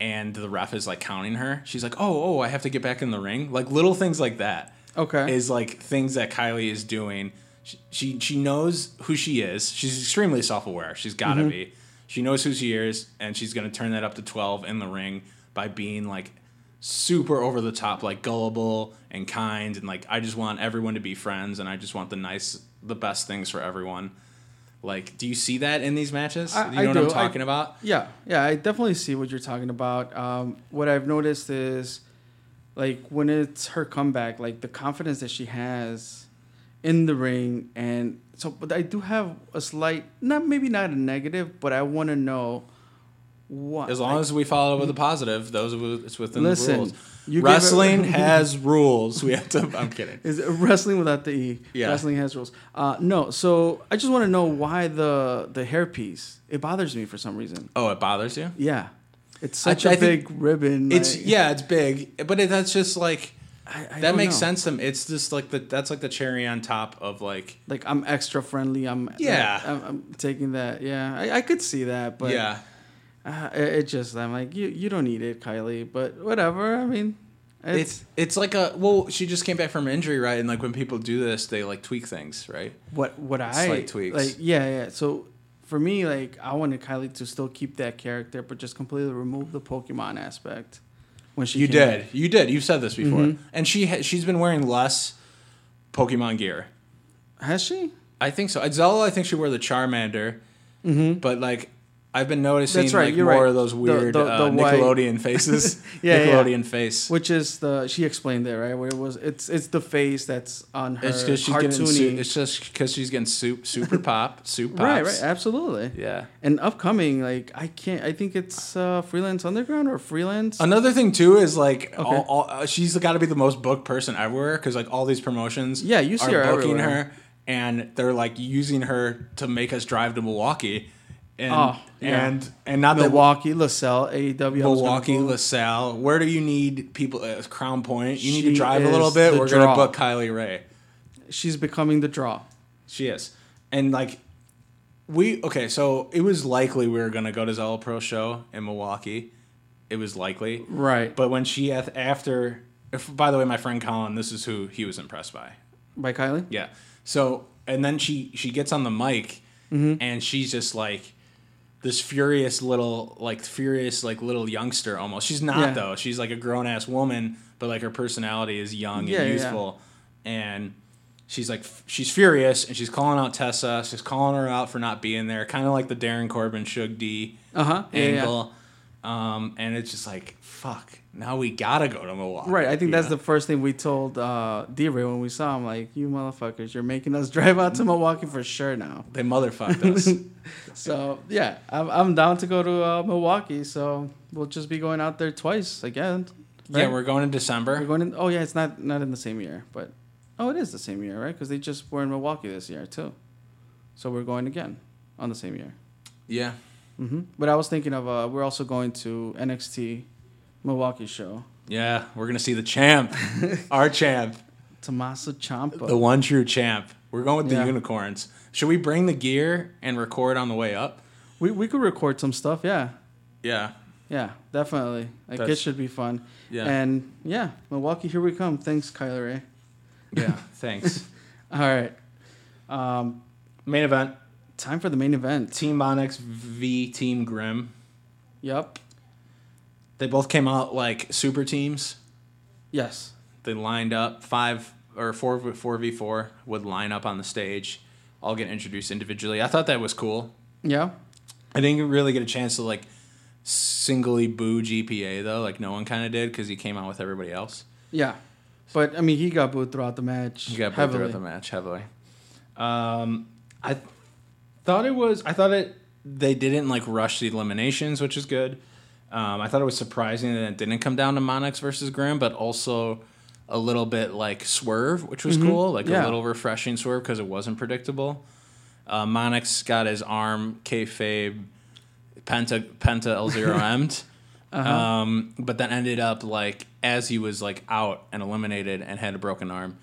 Speaker 1: and the ref is like counting her she's like oh oh I have to get back in the ring like little things like that
Speaker 2: Okay.
Speaker 1: is like things that Kylie is doing. She she, she knows who she is. She's extremely self aware. She's got
Speaker 2: Mm-hmm.
Speaker 1: to be. She knows who she is, and she's gonna turn that up to twelve in the ring by being like super over the top, like gullible and kind, and like I just want everyone to be friends, and I just want the nice, the best things for everyone. Like, do you see that in these matches?
Speaker 2: I-
Speaker 1: you know
Speaker 2: I
Speaker 1: what I'm
Speaker 2: do. I-
Speaker 1: talking about?
Speaker 2: Yeah, yeah, I definitely see what you're talking about. Um, what I've noticed is, like, when it's her comeback, like the confidence that she has in the ring, and so. But I do have a slight, not maybe not a negative, but I want to know what.
Speaker 1: As long as we follow with a positive, those are- it's within
Speaker 2: Listen,
Speaker 1: the rules.
Speaker 2: you give a-
Speaker 1: Wrestling has rules. We have to. I'm kidding.
Speaker 2: Is it wrestling without the e?
Speaker 1: Yeah.
Speaker 2: Wrestling has rules. Uh, no, so I just want to know why the the hairpiece. It bothers me for some reason.
Speaker 1: Oh, it bothers you?
Speaker 2: Yeah, it's
Speaker 1: I-
Speaker 2: such a
Speaker 1: I think
Speaker 2: big ribbon.
Speaker 1: It's
Speaker 2: like-
Speaker 1: yeah, it's big, but it, that's just like
Speaker 2: I- I
Speaker 1: that
Speaker 2: don't
Speaker 1: makes
Speaker 2: know.
Speaker 1: sense. To me. It's just like the that's like the cherry on top of like
Speaker 2: like I'm extra friendly. I'm
Speaker 1: Yeah.
Speaker 2: I'm, I'm taking that. Yeah, I, I could see that, but
Speaker 1: yeah.
Speaker 2: uh, it, it just I'm like you you don't need it, Kylie. But whatever. I mean, it's,
Speaker 1: It's it's like a well, she just came back from injury, right? And like when people do this, they like tweak things, right?
Speaker 2: what what I
Speaker 1: slight tweaks.
Speaker 2: like. Yeah, yeah. So for me, like I wanted Kylie to still keep that character, but just completely remove the Pokemon aspect. When she
Speaker 1: You
Speaker 2: came
Speaker 1: did, you did, you've said this before,
Speaker 2: Mm-hmm.
Speaker 1: and she ha- she's been wearing less Pokemon gear.
Speaker 2: back. has she?
Speaker 1: I think so. At Zello, I think she wore the Charmander, but like I've been noticing
Speaker 2: Mm-hmm. That's right,
Speaker 1: like
Speaker 2: you're
Speaker 1: more
Speaker 2: right.
Speaker 1: of those
Speaker 2: The-
Speaker 1: weird
Speaker 2: the-
Speaker 1: uh,
Speaker 2: the white-
Speaker 1: Nickelodeon faces.
Speaker 2: Yeah, yeah.
Speaker 1: Nickelodeon face.
Speaker 2: Which is the she explained it right? Where it was it's it's the face that's on her
Speaker 1: It's because she's getting
Speaker 2: cartoony.
Speaker 1: su- it's just 'cause she's getting soup, super pop, soup pops.
Speaker 2: right, right, absolutely.
Speaker 1: Yeah.
Speaker 2: and upcoming like i can't i think it's uh freelance underground or freelance
Speaker 1: Another thing too is like all, all, uh, she's got to be the most booked person everywhere because like all these promotions.
Speaker 2: Yeah, you see
Speaker 1: are
Speaker 2: her
Speaker 1: booking
Speaker 2: everywhere.
Speaker 1: her, and they're like using her to make us drive to Milwaukee, and
Speaker 2: Oh, yeah.
Speaker 1: and and not that
Speaker 2: milwaukee LaSalle, aew I was gonna
Speaker 1: Milwaukee,
Speaker 2: pull.
Speaker 1: LaSalle. Where do you need people? Uh, Crown Point. You need to
Speaker 2: She
Speaker 1: drive a little
Speaker 2: is
Speaker 1: bit.
Speaker 2: the
Speaker 1: We're
Speaker 2: draw.
Speaker 1: gonna book Kylie Ray.
Speaker 2: she's becoming the draw
Speaker 1: She is. And like we okay, so it was likely we were gonna go to Zello Pro show in Milwaukee. It was likely.
Speaker 2: Right.
Speaker 1: But when she af- after if, by the way, my friend Colin, this is who he was impressed by.
Speaker 2: by kylie
Speaker 1: Yeah. So and then she she gets on the mic
Speaker 2: Mm-hmm.
Speaker 1: and she's just like this furious little like furious like little youngster almost. She's not
Speaker 2: Yeah.
Speaker 1: though. She's like a grown ass woman, but like her personality is young
Speaker 2: Yeah, yeah,
Speaker 1: and
Speaker 2: yeah.
Speaker 1: youthful. And she's like f- she's furious and she's calling out Tessa. She's calling her out for not being there, kind of like the Darren Corbin Shug D
Speaker 2: uh-huh yeah, yeah, yeah.
Speaker 1: angle. Um, and it's just like fuck. Now we gotta go to Milwaukee.
Speaker 2: right i think
Speaker 1: you
Speaker 2: that's
Speaker 1: know?
Speaker 2: the first thing we told uh d-ray when we saw him like you motherfuckers you're making us drive out to milwaukee for sure now
Speaker 1: they motherfucked us.
Speaker 2: so yeah i'm, I'm down to go to uh, milwaukee so we'll just be going out there twice again
Speaker 1: Yeah, we're going in December.
Speaker 2: We're going in. Oh yeah, it's not not in the same year, but oh, it is the same year, right? Because they just were in Milwaukee this year too. So we're going again. on the same year.
Speaker 1: Yeah.
Speaker 2: hmm But I was thinking of uh, we're also going to NXT Milwaukee show.
Speaker 1: Yeah. We're going to see the champ, our champ,
Speaker 2: Tommaso Ciampa.
Speaker 1: the one true champ. We're going with the
Speaker 2: Yeah.
Speaker 1: unicorns. Should we bring the gear and record on the way up?
Speaker 2: we we could record some stuff. Yeah,
Speaker 1: Yeah.
Speaker 2: yeah, definitely. Like it
Speaker 1: That's-
Speaker 2: should be fun.
Speaker 1: Yeah.
Speaker 2: And yeah, Milwaukee, here we come. Thanks, Kyler Ray.
Speaker 1: yeah. Thanks.
Speaker 2: All right. Um,
Speaker 1: Main event
Speaker 2: time for the main event.
Speaker 1: Team Onyx v Team Grim.
Speaker 2: Yep.
Speaker 1: They both came out like super teams.
Speaker 2: Yes.
Speaker 1: They lined up five or four four v four would line up on the stage, all get introduced individually. I thought that was cool.
Speaker 2: Yeah.
Speaker 1: I didn't really get a chance to like singly boo GPA though, like no one kind of did because he came out with everybody else.
Speaker 2: Yeah. But I mean, he got booed throughout the match.
Speaker 1: You got booed
Speaker 2: heavily.
Speaker 1: throughout the match heavily. Um, I th- thought it was. I thought it. They didn't like rush the eliminations, which is good. Um, I thought it was surprising that it didn't come down to Monix versus Grim, but also a little bit like swerve, which was cool, like
Speaker 2: Yeah.
Speaker 1: a little refreshing swerve because it wasn't predictable. Uh, Monix got his arm kayfabe penta penta L zero M'd. Um, but then ended up like as he was like out and eliminated and had a broken arm,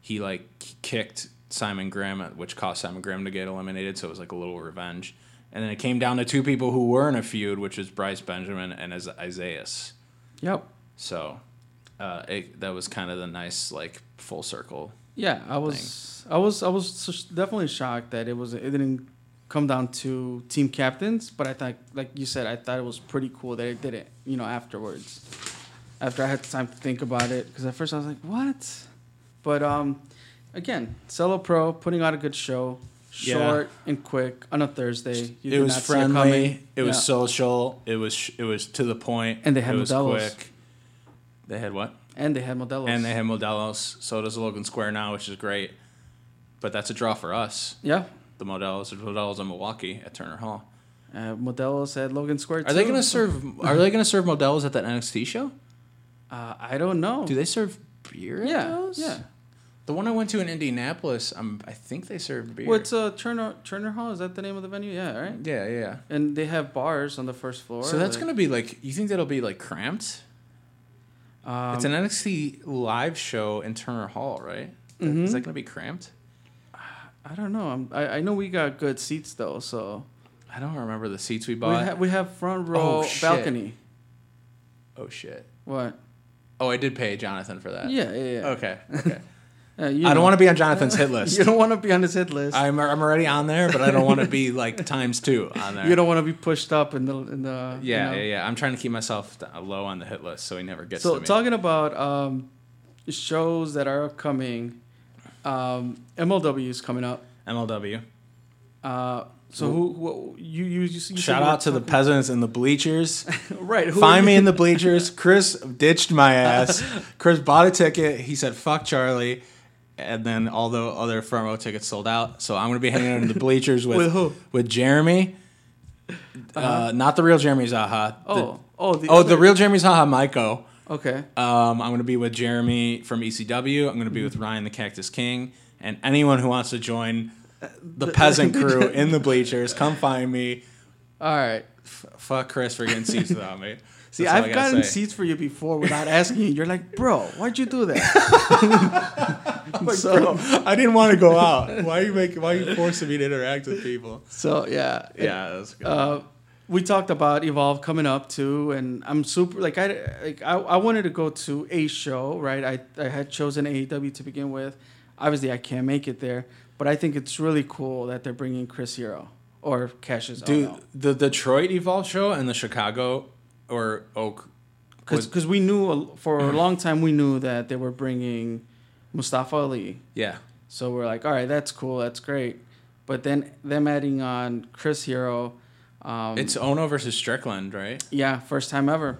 Speaker 1: he like kicked Simon Graham, uh, which caused Simon Graham to get eliminated. So it was like a little revenge. And then it came down to two people who were in a feud, which is Bryce Benjamin and is Isaiah.
Speaker 2: Yep.
Speaker 1: So uh, it, that was kind of the nice like full circle.
Speaker 2: Yeah, I was, I was, I was sh- definitely shocked that it was, it didn't come down to team captains. But I thought, like you said, I thought it was pretty cool that it did it. You know, afterwards, after I had time to think about it, because at first I was like, what? But um, again, Cello Pro putting out a good show,
Speaker 1: Yeah.
Speaker 2: short and quick on a Thursday. You
Speaker 1: it
Speaker 2: did
Speaker 1: was
Speaker 2: not see
Speaker 1: friendly. It, was
Speaker 2: Yeah.
Speaker 1: social. It was sh- it was to the point.
Speaker 2: And they had
Speaker 1: it was
Speaker 2: Modelo's.
Speaker 1: They had what?
Speaker 2: and they had Modelo's.
Speaker 1: And they have Modelos. So does Logan Square now, which is great. But that's a draw for us.
Speaker 2: yeah.
Speaker 1: The Modelos, the Modelos in Milwaukee at Turner Hall.
Speaker 2: Uh, Modelo's at Logan Square.
Speaker 1: Are they
Speaker 2: too.
Speaker 1: gonna serve? Are they gonna serve Modelos at that NXT show?
Speaker 2: Uh, I don't know.
Speaker 1: Do they serve beer? At
Speaker 2: yeah,
Speaker 1: those?
Speaker 2: yeah.
Speaker 1: The one I went to in Indianapolis, um, I think they served beer.
Speaker 2: What's uh, Turner Turner Hall? Is that the name of the venue? Yeah, right.
Speaker 1: Yeah, yeah.
Speaker 2: And they have bars on the first floor.
Speaker 1: So that's gonna be like. You think that'll be like cramped?
Speaker 2: gonna. Um,
Speaker 1: it's an NXT live show in Turner Hall, right? Is
Speaker 2: Mhm.
Speaker 1: that gonna be cramped?
Speaker 2: I don't know. I'm, I I know we got good seats though, so
Speaker 1: I don't remember the seats we
Speaker 2: we,
Speaker 1: bought.
Speaker 2: ha- we have front row
Speaker 1: Oh, shit.
Speaker 2: balcony.
Speaker 1: oh shit.
Speaker 2: What?
Speaker 1: Oh, I did pay Jonathan for that.
Speaker 2: Yeah, yeah, yeah.
Speaker 1: Okay. Okay.
Speaker 2: Yeah, you
Speaker 1: Uh, I
Speaker 2: know.
Speaker 1: don't want to be on Jonathan's hit list.
Speaker 2: You don't want to be on his hit list.
Speaker 1: I'm, I'm already on there, but I don't want to be like times two on there.
Speaker 2: you don't want to be pushed up in the in the. you
Speaker 1: yeah,
Speaker 2: know.
Speaker 1: yeah, yeah. I'm trying to keep myself d- low on the hit list so he never gets
Speaker 2: So
Speaker 1: to me.
Speaker 2: talking about um, shows that are upcoming, um, MLW is coming up.
Speaker 1: MLW.
Speaker 2: Uh, so who, who you you, you, you said
Speaker 1: Shout
Speaker 2: you were
Speaker 1: out to the peasants in the bleachers.
Speaker 2: talking- right? Who
Speaker 1: Find me in the bleachers. Chris ditched my ass. Chris bought a ticket. He said, fuck Charlie. And then all the other front row tickets sold out. So I'm going to be hanging out in the bleachers with,
Speaker 2: With who? Uh-huh.
Speaker 1: With Jeremy. uh not the real Jeremy Zaha. The-
Speaker 2: Oh, oh, the,
Speaker 1: oh, the
Speaker 2: other-
Speaker 1: real Jeremy Zaha, Maiko.
Speaker 2: Okay.
Speaker 1: Um, I'm going to be with Jeremy from ECW. I'm going to be with Ryan the Cactus King. And anyone who wants to join the peasant crew in the bleachers, come find me.
Speaker 2: All right.
Speaker 1: F- fuck Chris for getting seats without me.
Speaker 2: See,
Speaker 1: That's all I
Speaker 2: I've
Speaker 1: gotta
Speaker 2: gotten
Speaker 1: say.
Speaker 2: seats for you before without asking you. You're like, bro, why'd you do that?
Speaker 1: Oh
Speaker 2: so,
Speaker 1: Bro, I didn't want to go out. Why are you making? Why are you forcing me to interact with people?
Speaker 2: so yeah.
Speaker 1: Yeah, that's good.
Speaker 2: Uh, we talked about Evolve coming up too, and I'm super like I like I, I wanted to go to a show, right? I, I had chosen AEW to begin with. Obviously, I can't make it there, but I think it's really cool that they're bringing Chris Hero or Cash's
Speaker 1: Dude,
Speaker 2: Dude,
Speaker 1: the Detroit Evolve show and the Chicago or Oak. was-
Speaker 2: because we knew a- for a long time we knew that they were bringing Mustafa Ali,
Speaker 1: Yeah,
Speaker 2: So we're like, all right, that's cool, that's great. But then them adding on Chris Hero, um,
Speaker 1: it's Ono versus Strickland, right?
Speaker 2: yeah, first time ever.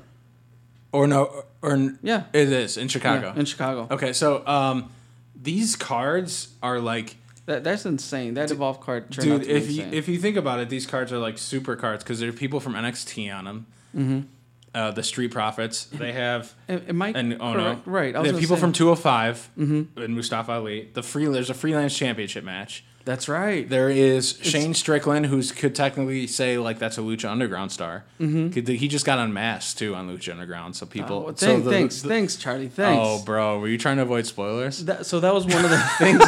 Speaker 1: Or no, or n-
Speaker 2: Yeah,
Speaker 1: it is in Chicago.
Speaker 2: yeah, in Chicago.
Speaker 1: Okay, so um, these cards are like,
Speaker 2: That, that's insane. That evolve card turned out
Speaker 1: dude,
Speaker 2: to be
Speaker 1: if you
Speaker 2: insane.
Speaker 1: if you think about it, these cards are like super cards because there are people from NXT on them. Uh, the Street Profits, they have
Speaker 2: Mm-hmm. Am- am I
Speaker 1: and oh
Speaker 2: correct?
Speaker 1: no,
Speaker 2: right? I
Speaker 1: the
Speaker 2: was
Speaker 1: people oh
Speaker 2: people say, Mm-hmm.
Speaker 1: from
Speaker 2: from
Speaker 1: 205 and Mustafa Ali. The free there's a freelance championship match.
Speaker 2: That's right.
Speaker 1: There is Shane Strickland, who's could technically say like that's a Lucha Underground star. Could- He just got unmasked too on Lucha Underground, so people.
Speaker 2: Mm-hmm. Oh, Well,
Speaker 1: so
Speaker 2: thank-
Speaker 1: the-
Speaker 2: thanks,
Speaker 1: the-
Speaker 2: thanks, Charlie. Thanks.
Speaker 1: Oh, bro, were you trying to avoid spoilers?
Speaker 2: That, so that was one of the things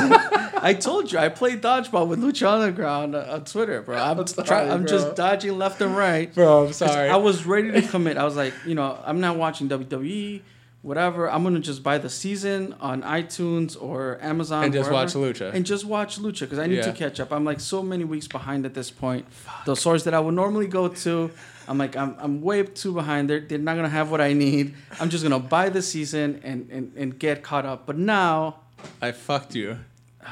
Speaker 2: I told you. I played dodgeball with Lucha Underground uh, on- on Twitter, bro. I'm,
Speaker 1: I'm
Speaker 2: try-
Speaker 1: sorry,
Speaker 2: I'm
Speaker 1: bro.
Speaker 2: just dodging left and right.
Speaker 1: Bro, I'm
Speaker 2: 'Cause I was ready to commit. I was like, you know, I'm not watching WWE, whatever. I'm gonna just buy the season on iTunes or Amazon
Speaker 1: And just
Speaker 2: wherever,
Speaker 1: watch Lucha.
Speaker 2: and just watch Lucha because I need to
Speaker 1: Yeah.
Speaker 2: catch up. I'm like so many weeks behind at this point. The source that I would normally go to, I'm like, I'm, I'm way too behind. They're, they're not gonna have what I need. I'm just gonna buy the season and and, and get caught up. But now.
Speaker 1: I fucked you.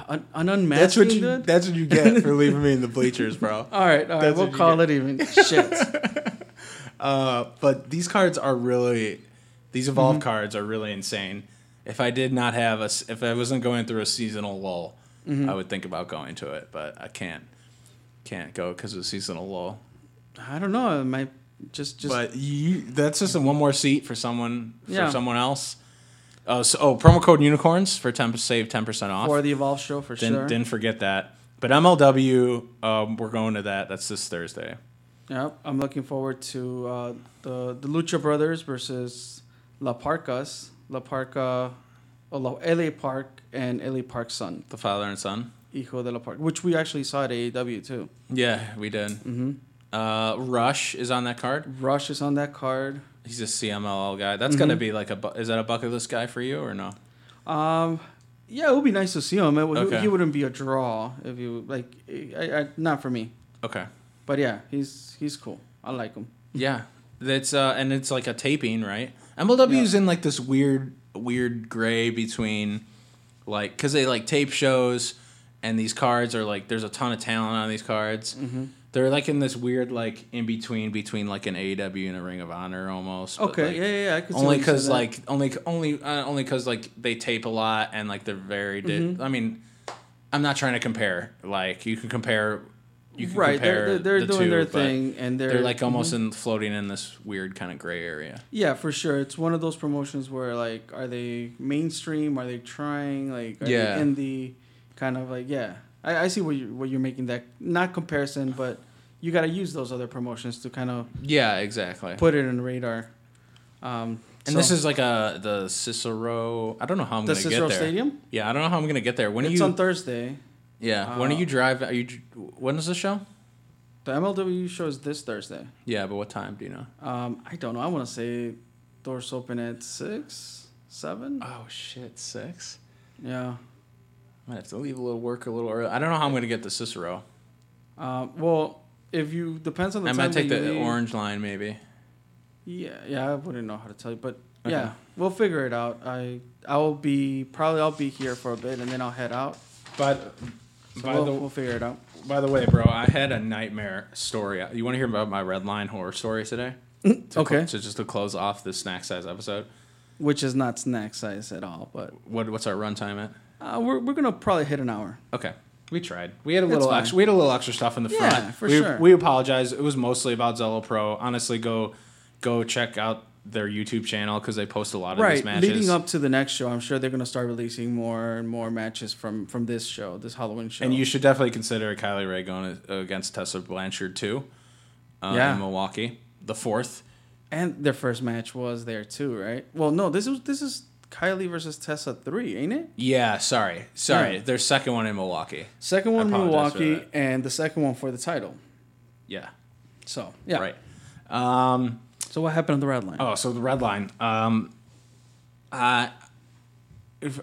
Speaker 2: An, an unmasking
Speaker 1: That's what you.
Speaker 2: dude?
Speaker 1: That's what you get for leaving me in the bleachers, bro.
Speaker 2: all right, all right.
Speaker 1: that's
Speaker 2: We'll
Speaker 1: what you
Speaker 2: call it even. Shit.
Speaker 1: Uh, but these cards are really, these evolve
Speaker 2: Mm-hmm.
Speaker 1: cards are really insane. If I did not have a, s- if I wasn't going through a seasonal lull,
Speaker 2: Mm-hmm.
Speaker 1: I would think about going to it, but I can't, can't go because of seasonal lull.
Speaker 2: I don't know. It might just just
Speaker 1: But you, that's just one more seat for someone, for
Speaker 2: Yeah.
Speaker 1: someone else. Oh, so, oh, promo code unicorns for ten save ten percent off.
Speaker 2: for the Evolve show for
Speaker 1: didn't,
Speaker 2: sure.
Speaker 1: didn't forget that. But MLW, um, we're going to that. That's this Thursday.
Speaker 2: Yep. I'm looking forward to uh, the the Lucha Brothers versus La Parcas, La Parca, oh, La, LA Park and LA Park Sun,
Speaker 1: The father and son.
Speaker 2: Hijo de la Park, which we actually saw at AEW too.
Speaker 1: Yeah, we did. Mm-hmm. Uh, Rush is on that card.
Speaker 2: Rush is on that card.
Speaker 1: He's a CMLL guy. That's gonna be like a. bu- Is that a bucket list guy for you or no?
Speaker 2: Um, yeah, it would be nice to see him. It, would he,
Speaker 1: Okay.
Speaker 2: he wouldn't be a draw if you like. I, I, not for me,
Speaker 1: Okay.
Speaker 2: but yeah, he's he's cool. I like him.
Speaker 1: Yeah, that's uh, and it's like a taping, right? MLW is in like this weird, weird gray between, like, because they like tape shows, and these cards are like there's a ton of talent on these cards. They're like in this weird like in between between like an AEW and a Ring of Honor almost. but,
Speaker 2: Okay,
Speaker 1: like,
Speaker 2: yeah, yeah, yeah, I could see why
Speaker 1: only
Speaker 2: you said
Speaker 1: because
Speaker 2: that.
Speaker 1: like only only uh, only because like they tape a lot and like they're very. Di- I mean, I'm not trying to compare. Like you can compare. You can
Speaker 2: right,
Speaker 1: compare
Speaker 2: they're, they're, they're
Speaker 1: the
Speaker 2: doing
Speaker 1: two,
Speaker 2: their
Speaker 1: but
Speaker 2: thing, and they're,
Speaker 1: They're mm-hmm. like almost in floating in this weird kind of gray area.
Speaker 2: yeah, for sure. It's one of those promotions where like, are they mainstream? Are they trying? Like, are
Speaker 1: Yeah.
Speaker 2: they in the kind of like, yeah, I, I see what you what you're making that not comparison, but you got to use those other promotions to kind of
Speaker 1: Yeah, exactly.
Speaker 2: put it in radar. Um,
Speaker 1: and
Speaker 2: so-
Speaker 1: this is like a the Cicero. I don't know how I'm
Speaker 2: the
Speaker 1: gonna
Speaker 2: Cicero
Speaker 1: get there.
Speaker 2: Stadium.
Speaker 1: Yeah, I don't know how I'm gonna get there. When are
Speaker 2: It's
Speaker 1: you?
Speaker 2: on Thursday.
Speaker 1: yeah, when are
Speaker 2: uh,
Speaker 1: you drive? Are you? dr- When is the show?
Speaker 2: The MLW show is this Thursday.
Speaker 1: Yeah, but what time do you know?
Speaker 2: Um, I don't know. I want to say doors open at six, seven.
Speaker 1: Oh shit, six.
Speaker 2: Yeah.
Speaker 1: I might have to leave a little work a little early. I don't know how I'm gonna get to Cicero.
Speaker 2: Um, well, if you depends on the
Speaker 1: I
Speaker 2: time
Speaker 1: might take
Speaker 2: that
Speaker 1: the
Speaker 2: you leave.
Speaker 1: orange line maybe.
Speaker 2: Yeah, yeah, I wouldn't know how to tell you, but
Speaker 1: Okay.
Speaker 2: yeah, we'll figure it out. I I will be probably I'll be here for a bit and then I'll head out.
Speaker 1: But
Speaker 2: So
Speaker 1: by
Speaker 2: we'll,
Speaker 1: the
Speaker 2: we'll figure it out.
Speaker 1: by the way, bro, I had a nightmare story. You want to hear about my red line horror story today? To cl-
Speaker 2: okay.
Speaker 1: so just to close off this snack size episode,
Speaker 2: Which is not snack size at all, but
Speaker 1: what what's our runtime at?
Speaker 2: uh, we're we're gonna probably hit an hour.
Speaker 1: Okay. We tried. We had a
Speaker 2: It's
Speaker 1: little
Speaker 2: fine.
Speaker 1: extra, we had a little extra stuff in the
Speaker 2: Yeah,
Speaker 1: front.
Speaker 2: for
Speaker 1: we,
Speaker 2: sure.
Speaker 1: We apologize. It was mostly about Zello Pro. Honestly, go go check out their YouTube channel because they post a lot of these
Speaker 2: Right,
Speaker 1: matches.
Speaker 2: leading up to the next show, I'm sure they're gonna start releasing more and more matches from from this show, this Halloween show.
Speaker 1: and you should definitely consider Kylie Ray going uh, against Tessa Blanchard too. Uh,
Speaker 2: Yeah.
Speaker 1: in Milwaukee, the fourth.
Speaker 2: and their first match was there too, right? Well, no, this is this is Kylie versus Tessa three, ain't it?
Speaker 1: Yeah, sorry, sorry.
Speaker 2: Yeah.
Speaker 1: Their second one in Milwaukee.
Speaker 2: Second one
Speaker 1: apologize for
Speaker 2: Milwaukee
Speaker 1: that.
Speaker 2: and the second one for the title.
Speaker 1: Yeah,
Speaker 2: So yeah,
Speaker 1: right. Um,
Speaker 2: So what happened on the red line?
Speaker 1: oh, so the red line. Um, uh, if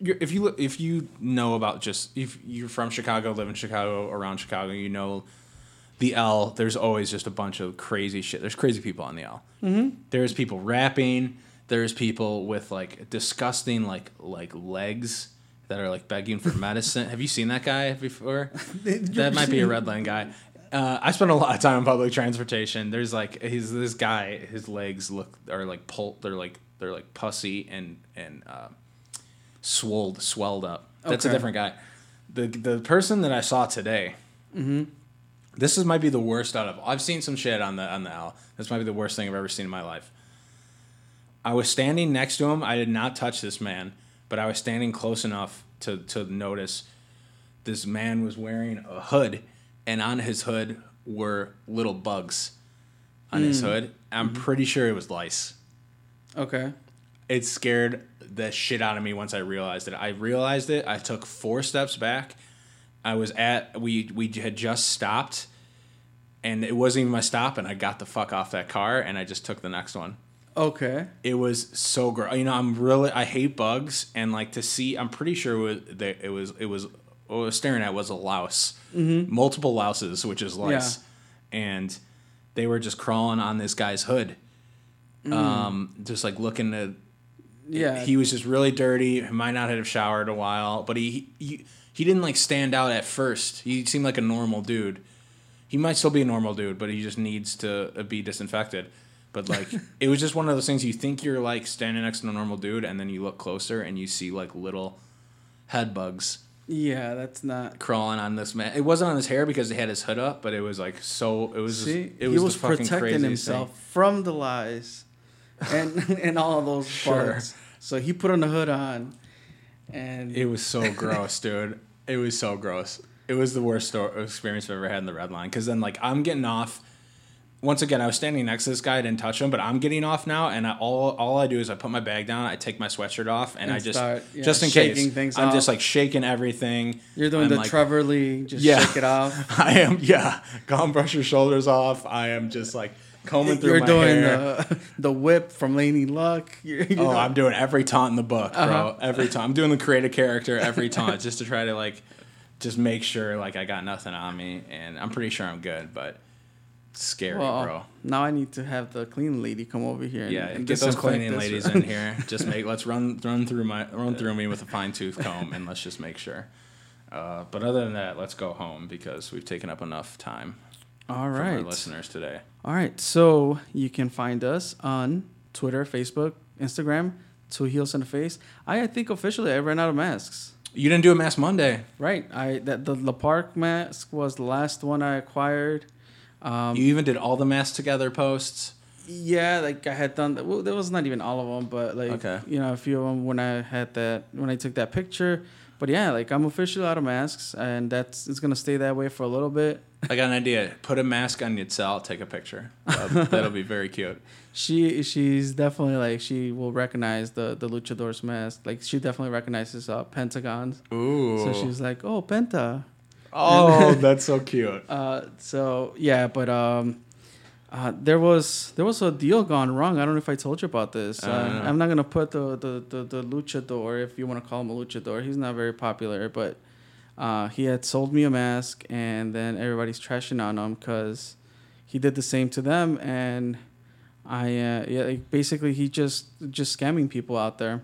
Speaker 1: you're, if you look- if you know about just if you're from Chicago, live in Chicago, around Chicago, you know the L. There's always just a bunch of crazy shit. There's crazy people on the L. Mm-hmm. There's people rapping. There's people with like disgusting like like legs that are like begging for medicine. Have you seen that guy before? that might be a red line guy. Uh, I spend a lot of time in public transportation. There's like he's this guy. His legs look are like pul- They're like they're like pussy and and uh, swolled swelled up. That's a
Speaker 2: Okay.
Speaker 1: different guy. The the person that I saw today. This is might be the worst out of. I've seen some shit on the on the L. This might be the worst thing I've ever seen in my life. I was standing next to him. I did not touch this man, but I was standing close enough to to notice this man was wearing a hood, and on his hood were little bugs on his hood. I'm pretty sure it was lice.
Speaker 2: Okay.
Speaker 1: It scared the shit out of me once I realized it. I realized it. I took four steps back. I was at we we had just stopped, and it wasn't even my stop. And I got the fuck off that car, and I just took the next one
Speaker 2: Okay.
Speaker 1: it was so gross. You know, I'm really I hate bugs, and like to see, I'm pretty sure it was that it was it was what I was staring at was a louse, multiple louses, which is lice, and they were just crawling on this guy's hood, um, just like looking to.
Speaker 2: Yeah.
Speaker 1: He was just really dirty. He might not have showered a while, but he he he didn't like stand out at first. He seemed like a normal dude. He might still be a normal dude, but he just needs to uh, be disinfected. But like, it was just one of those things. You think you're like standing next to a normal dude, and then you look closer and you see like little head bugs
Speaker 2: yeah, that's not.
Speaker 1: crawling on this man. It wasn't on his hair because he had his hood up, but it was like so. It was
Speaker 2: See,
Speaker 1: it
Speaker 2: he
Speaker 1: was,
Speaker 2: was
Speaker 1: the fucking
Speaker 2: protecting
Speaker 1: craziest
Speaker 2: himself from the lies, and and all of those
Speaker 1: Sure.
Speaker 2: bugs. So he put on the hood on, and
Speaker 1: Thing. It was so gross, dude. It was so gross. It was the worst sto- experience I've ever had in the red line. Because then like I'm getting off. Once again, I was standing next to this guy. I didn't touch him, but I'm getting off now, and I, all all I do is I put my bag down, I take my sweatshirt off, and,
Speaker 2: And
Speaker 1: I just
Speaker 2: start, yeah,
Speaker 1: just in
Speaker 2: shaking
Speaker 1: case
Speaker 2: things
Speaker 1: I'm
Speaker 2: off.
Speaker 1: just like shaking everything.
Speaker 2: you're doing
Speaker 1: I'm,
Speaker 2: the
Speaker 1: like,
Speaker 2: Trevor Lee, just shake it off.
Speaker 1: I am. Yeah, go and brush your shoulders off. I am just like combing through
Speaker 2: You're
Speaker 1: my
Speaker 2: doing
Speaker 1: hair.
Speaker 2: the the whip from Laney Luck. You're, you
Speaker 1: oh,
Speaker 2: know.
Speaker 1: I'm doing every taunt in the book, bro.
Speaker 2: Uh-huh.
Speaker 1: Every taunt. I'm doing the creative character every taunt just to try to like, just make sure like I got nothing on me, and I'm pretty sure I'm good, but it's scary,
Speaker 2: Well,
Speaker 1: bro.
Speaker 2: Now I need to have the clean lady come over here. And,
Speaker 1: Yeah,
Speaker 2: and
Speaker 1: get those
Speaker 2: disinfect
Speaker 1: cleaning
Speaker 2: this.
Speaker 1: ladies in here. Just make let's run run through my run through me with a fine tooth comb, and let's just make sure. Uh, but other than that, let's go home because we've taken up enough time
Speaker 2: All
Speaker 1: from our
Speaker 2: right.
Speaker 1: listeners today.
Speaker 2: All right. So you can find us on Twitter, Facebook, Instagram, Two Heels in the Face. I, I think officially I ran out of masks.
Speaker 1: You didn't do a mass Monday.
Speaker 2: Right. I that the La Park mask was the last one I acquired. Um,
Speaker 1: You even did all the mass together posts.
Speaker 2: yeah, like I had done. Well, there was not even all of them, but like
Speaker 1: Okay.
Speaker 2: you know, a few of them when I had that when I took that picture. But yeah, like I'm officially out of masks, and that's it's gonna stay that way for a little bit.
Speaker 1: I got an idea. Put a mask on your cell. Take a picture. That'll, that'll be very cute.
Speaker 2: She she's definitely like she will recognize the the luchador's mask. Like she definitely recognizes uh, pentagons.
Speaker 1: Ooh.
Speaker 2: So she's like, oh, penta.
Speaker 1: oh, that's so cute.
Speaker 2: Uh, so yeah, but um, uh, there was there was a deal gone wrong. I don't know if I told you about this. Uh,
Speaker 1: Uh.
Speaker 2: I'm not gonna put the the, the the luchador if you want to call him a luchador. He's not very popular, but uh, he had sold me a mask, and then everybody's trashing on him because he did the same to them, and I uh, yeah, like, basically he just just scamming people out there.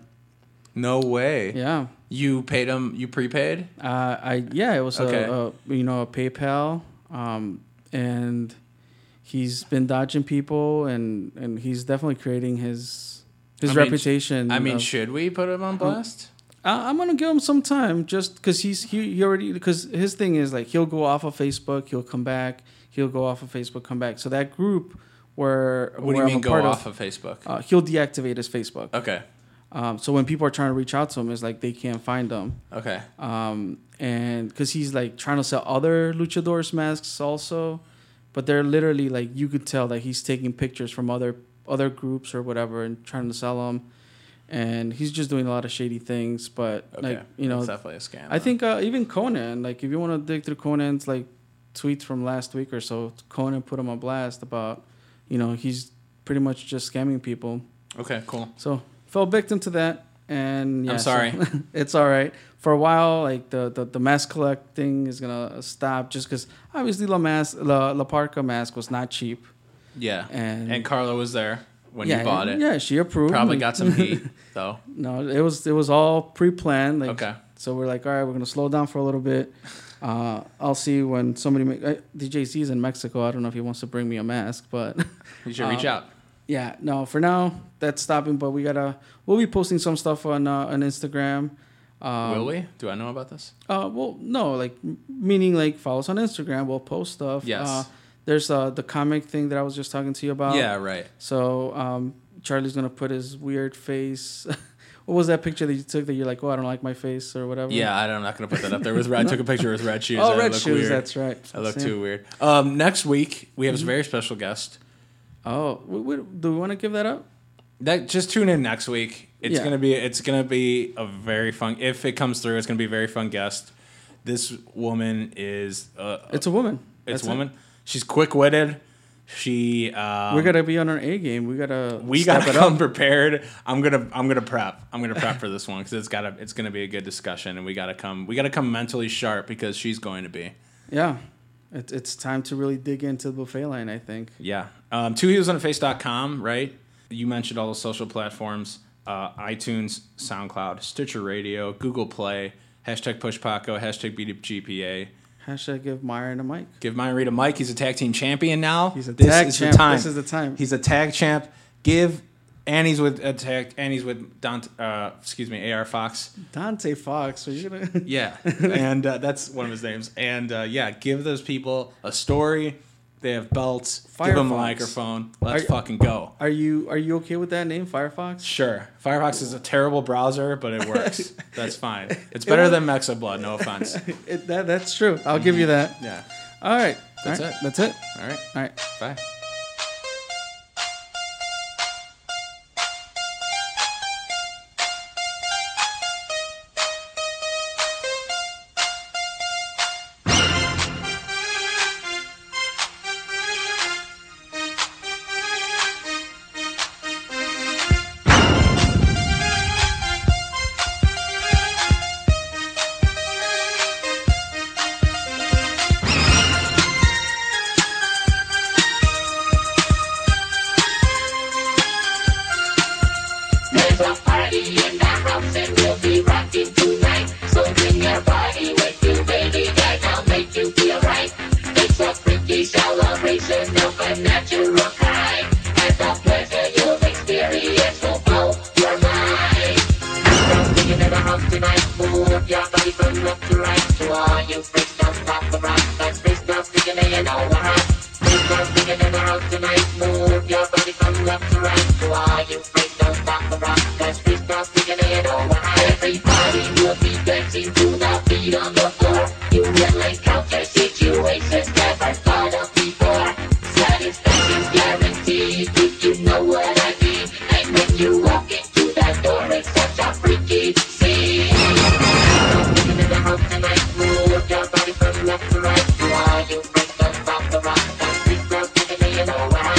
Speaker 1: No way.
Speaker 2: Yeah.
Speaker 1: You paid him. You prepaid.
Speaker 2: Uh, I yeah, it was
Speaker 1: Okay.
Speaker 2: a, a you know a PayPal, um, and he's been dodging people, and and he's definitely creating his his
Speaker 1: I mean,
Speaker 2: reputation.
Speaker 1: I mean,
Speaker 2: of-
Speaker 1: should we put him on blast?
Speaker 2: I, I'm gonna give him some time just because he's he, he already because his thing is like he'll go off of Facebook, he'll come back, he'll go off of Facebook, come back. So that group where
Speaker 1: What do you
Speaker 2: where
Speaker 1: mean
Speaker 2: I'm a
Speaker 1: go
Speaker 2: part
Speaker 1: off of, Facebook?
Speaker 2: Uh, he'll deactivate his Facebook.
Speaker 1: okay.
Speaker 2: Um, so when people are trying to reach out to him, it's like they can't find him.
Speaker 1: Okay.
Speaker 2: um, and because he's like trying to sell other luchadors masks also, but they're literally like you could tell that he's taking pictures from other other groups or whatever and trying to sell them, and he's just doing a lot of shady things. But
Speaker 1: Okay.
Speaker 2: like you know,
Speaker 1: that's definitely a scam.
Speaker 2: I
Speaker 1: then.
Speaker 2: think uh, even Conan, like if you want to dig through Conan's like tweets from last week or so, Conan put him on blast about you know he's pretty much just scamming people.
Speaker 1: Okay. Cool.
Speaker 2: So fell victim to that, and yeah,
Speaker 1: I'm
Speaker 2: so-
Speaker 1: sorry.
Speaker 2: it's all right for a while. Like the the, the mask collecting is gonna stop just because obviously La Mas La, La Parca mask was not cheap,
Speaker 1: yeah.
Speaker 2: and,
Speaker 1: And Carla was there when
Speaker 2: yeah,
Speaker 1: you bought it.
Speaker 2: yeah, she approved.
Speaker 1: Probably
Speaker 2: and-
Speaker 1: got some heat though.
Speaker 2: No, it was it was all pre-planned. Like,
Speaker 1: Okay.
Speaker 2: So we're like, all right, we're gonna slow down for a little bit. Uh, I'll see when somebody ma- uh, DJ C's in Mexico. I don't know if he wants to bring me a mask, but
Speaker 1: You should reach
Speaker 2: Uh,
Speaker 1: out.
Speaker 2: yeah, no, for now that's stopping. But we gotta we'll be posting some stuff on uh, on Instagram. Um,
Speaker 1: Will we? Do I know about this?
Speaker 2: Uh, well, no, like m- meaning like follow us on Instagram. We'll post stuff.
Speaker 1: Yes.
Speaker 2: Uh, there's uh the comic thing that I was just uh, talking to you about.
Speaker 1: yeah. Right.
Speaker 2: So um, Charlie's gonna put his weird face. What was that picture that you took that you're like, oh, I don't like my face or whatever?
Speaker 1: Yeah, I don't, I'm not gonna put that up there. With red, I took a picture with red shoes.
Speaker 2: Oh,
Speaker 1: I
Speaker 2: red
Speaker 1: look
Speaker 2: shoes.
Speaker 1: weird.
Speaker 2: That's right.
Speaker 1: I look
Speaker 2: Same. Mm-hmm.
Speaker 1: too weird. Um, next week we have a very special guest.
Speaker 2: Oh, w- w- do we want to give that up?
Speaker 1: That just tune in next week. It's
Speaker 2: Yeah.
Speaker 1: gonna be it's gonna be a very fun. If it comes through, it's gonna be a very fun guest. This woman is uh,
Speaker 2: It's a woman.
Speaker 1: it's
Speaker 2: That's it.
Speaker 1: a woman. She's quick witted. She um,
Speaker 2: we gotta be on our A game. We gotta.
Speaker 1: we
Speaker 2: step
Speaker 1: gotta
Speaker 2: it up.
Speaker 1: come prepared. I'm gonna I'm gonna prep. I'm gonna prep for this one because it's gotta it's gonna be a good discussion and we gotta come we gotta come mentally sharp because she's going to be.
Speaker 2: Yeah, it, it's time to really dig into the buffet line. I think.
Speaker 1: Yeah. Um, two heels on a face.com, right? You mentioned all the social platforms uh, iTunes, SoundCloud, Stitcher Radio, Google Play, hashtag PushPaco, hashtag BDGPA.
Speaker 2: Hashtag give Myron a mic.
Speaker 1: Give my read a mic. He's a tag team champion now.
Speaker 2: He's a tag champ. This is the time.
Speaker 1: He's a tag champ. Give. And he's with a tag. And he's with Dante. Uh, excuse me, AR Fox.
Speaker 2: Dante Fox. Are you gonna?
Speaker 1: Yeah, and uh, that's one of his names. And uh, yeah, give those people a story. They have belts. give them a
Speaker 2: Firefox.
Speaker 1: microphone. Let's
Speaker 2: Are-
Speaker 1: fucking go.
Speaker 2: Are you are you okay with that name, Firefox?
Speaker 1: Sure. Firefox is a terrible browser, but it works. That's fine. It's better than Mexablood, no offense.
Speaker 2: It, that, that's true. I'll give you that.
Speaker 1: Yeah.
Speaker 2: All right.
Speaker 1: That's
Speaker 2: All right.
Speaker 1: it.
Speaker 2: That's it.
Speaker 1: All right.
Speaker 2: All right.
Speaker 1: Bye.
Speaker 3: There's a party in the house and we'll be rocking tonight. So bring your body with you, baby, that I'll make you feel right. It's a freaky celebration of a natural kind, and the pleasure you'll experience will blow your mind. Don't be in the house tonight. Move your body from left to right. To all you freaks, don't stop the rock. That's freaks, don't stick in the know we're hot. Freaks, don't stick in the house tonight. Move your body from left to right. To all you freaks, don't stop the rock. That's freaks, don't stick in the know we're hot. Everybody will be dancing to the beat on the floor. You realize counter situations never thought of before. Satisfaction's guaranteed if you know what I mean. And when you walk into that door, it's such a freaky scene. Looking in the house tonight, move your body from left to right. Do all you freaks don't stop the rock. That freak girl's taking me in a ride.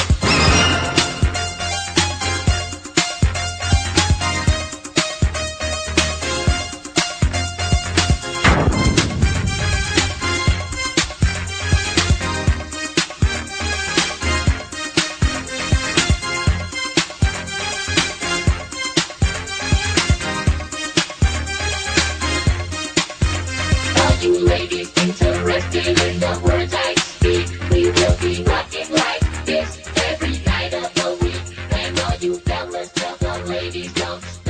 Speaker 3: All you ladies interested in the words I speak, we will be rocking like this every night of the week. And all you fellas, tell the ladies don't stop.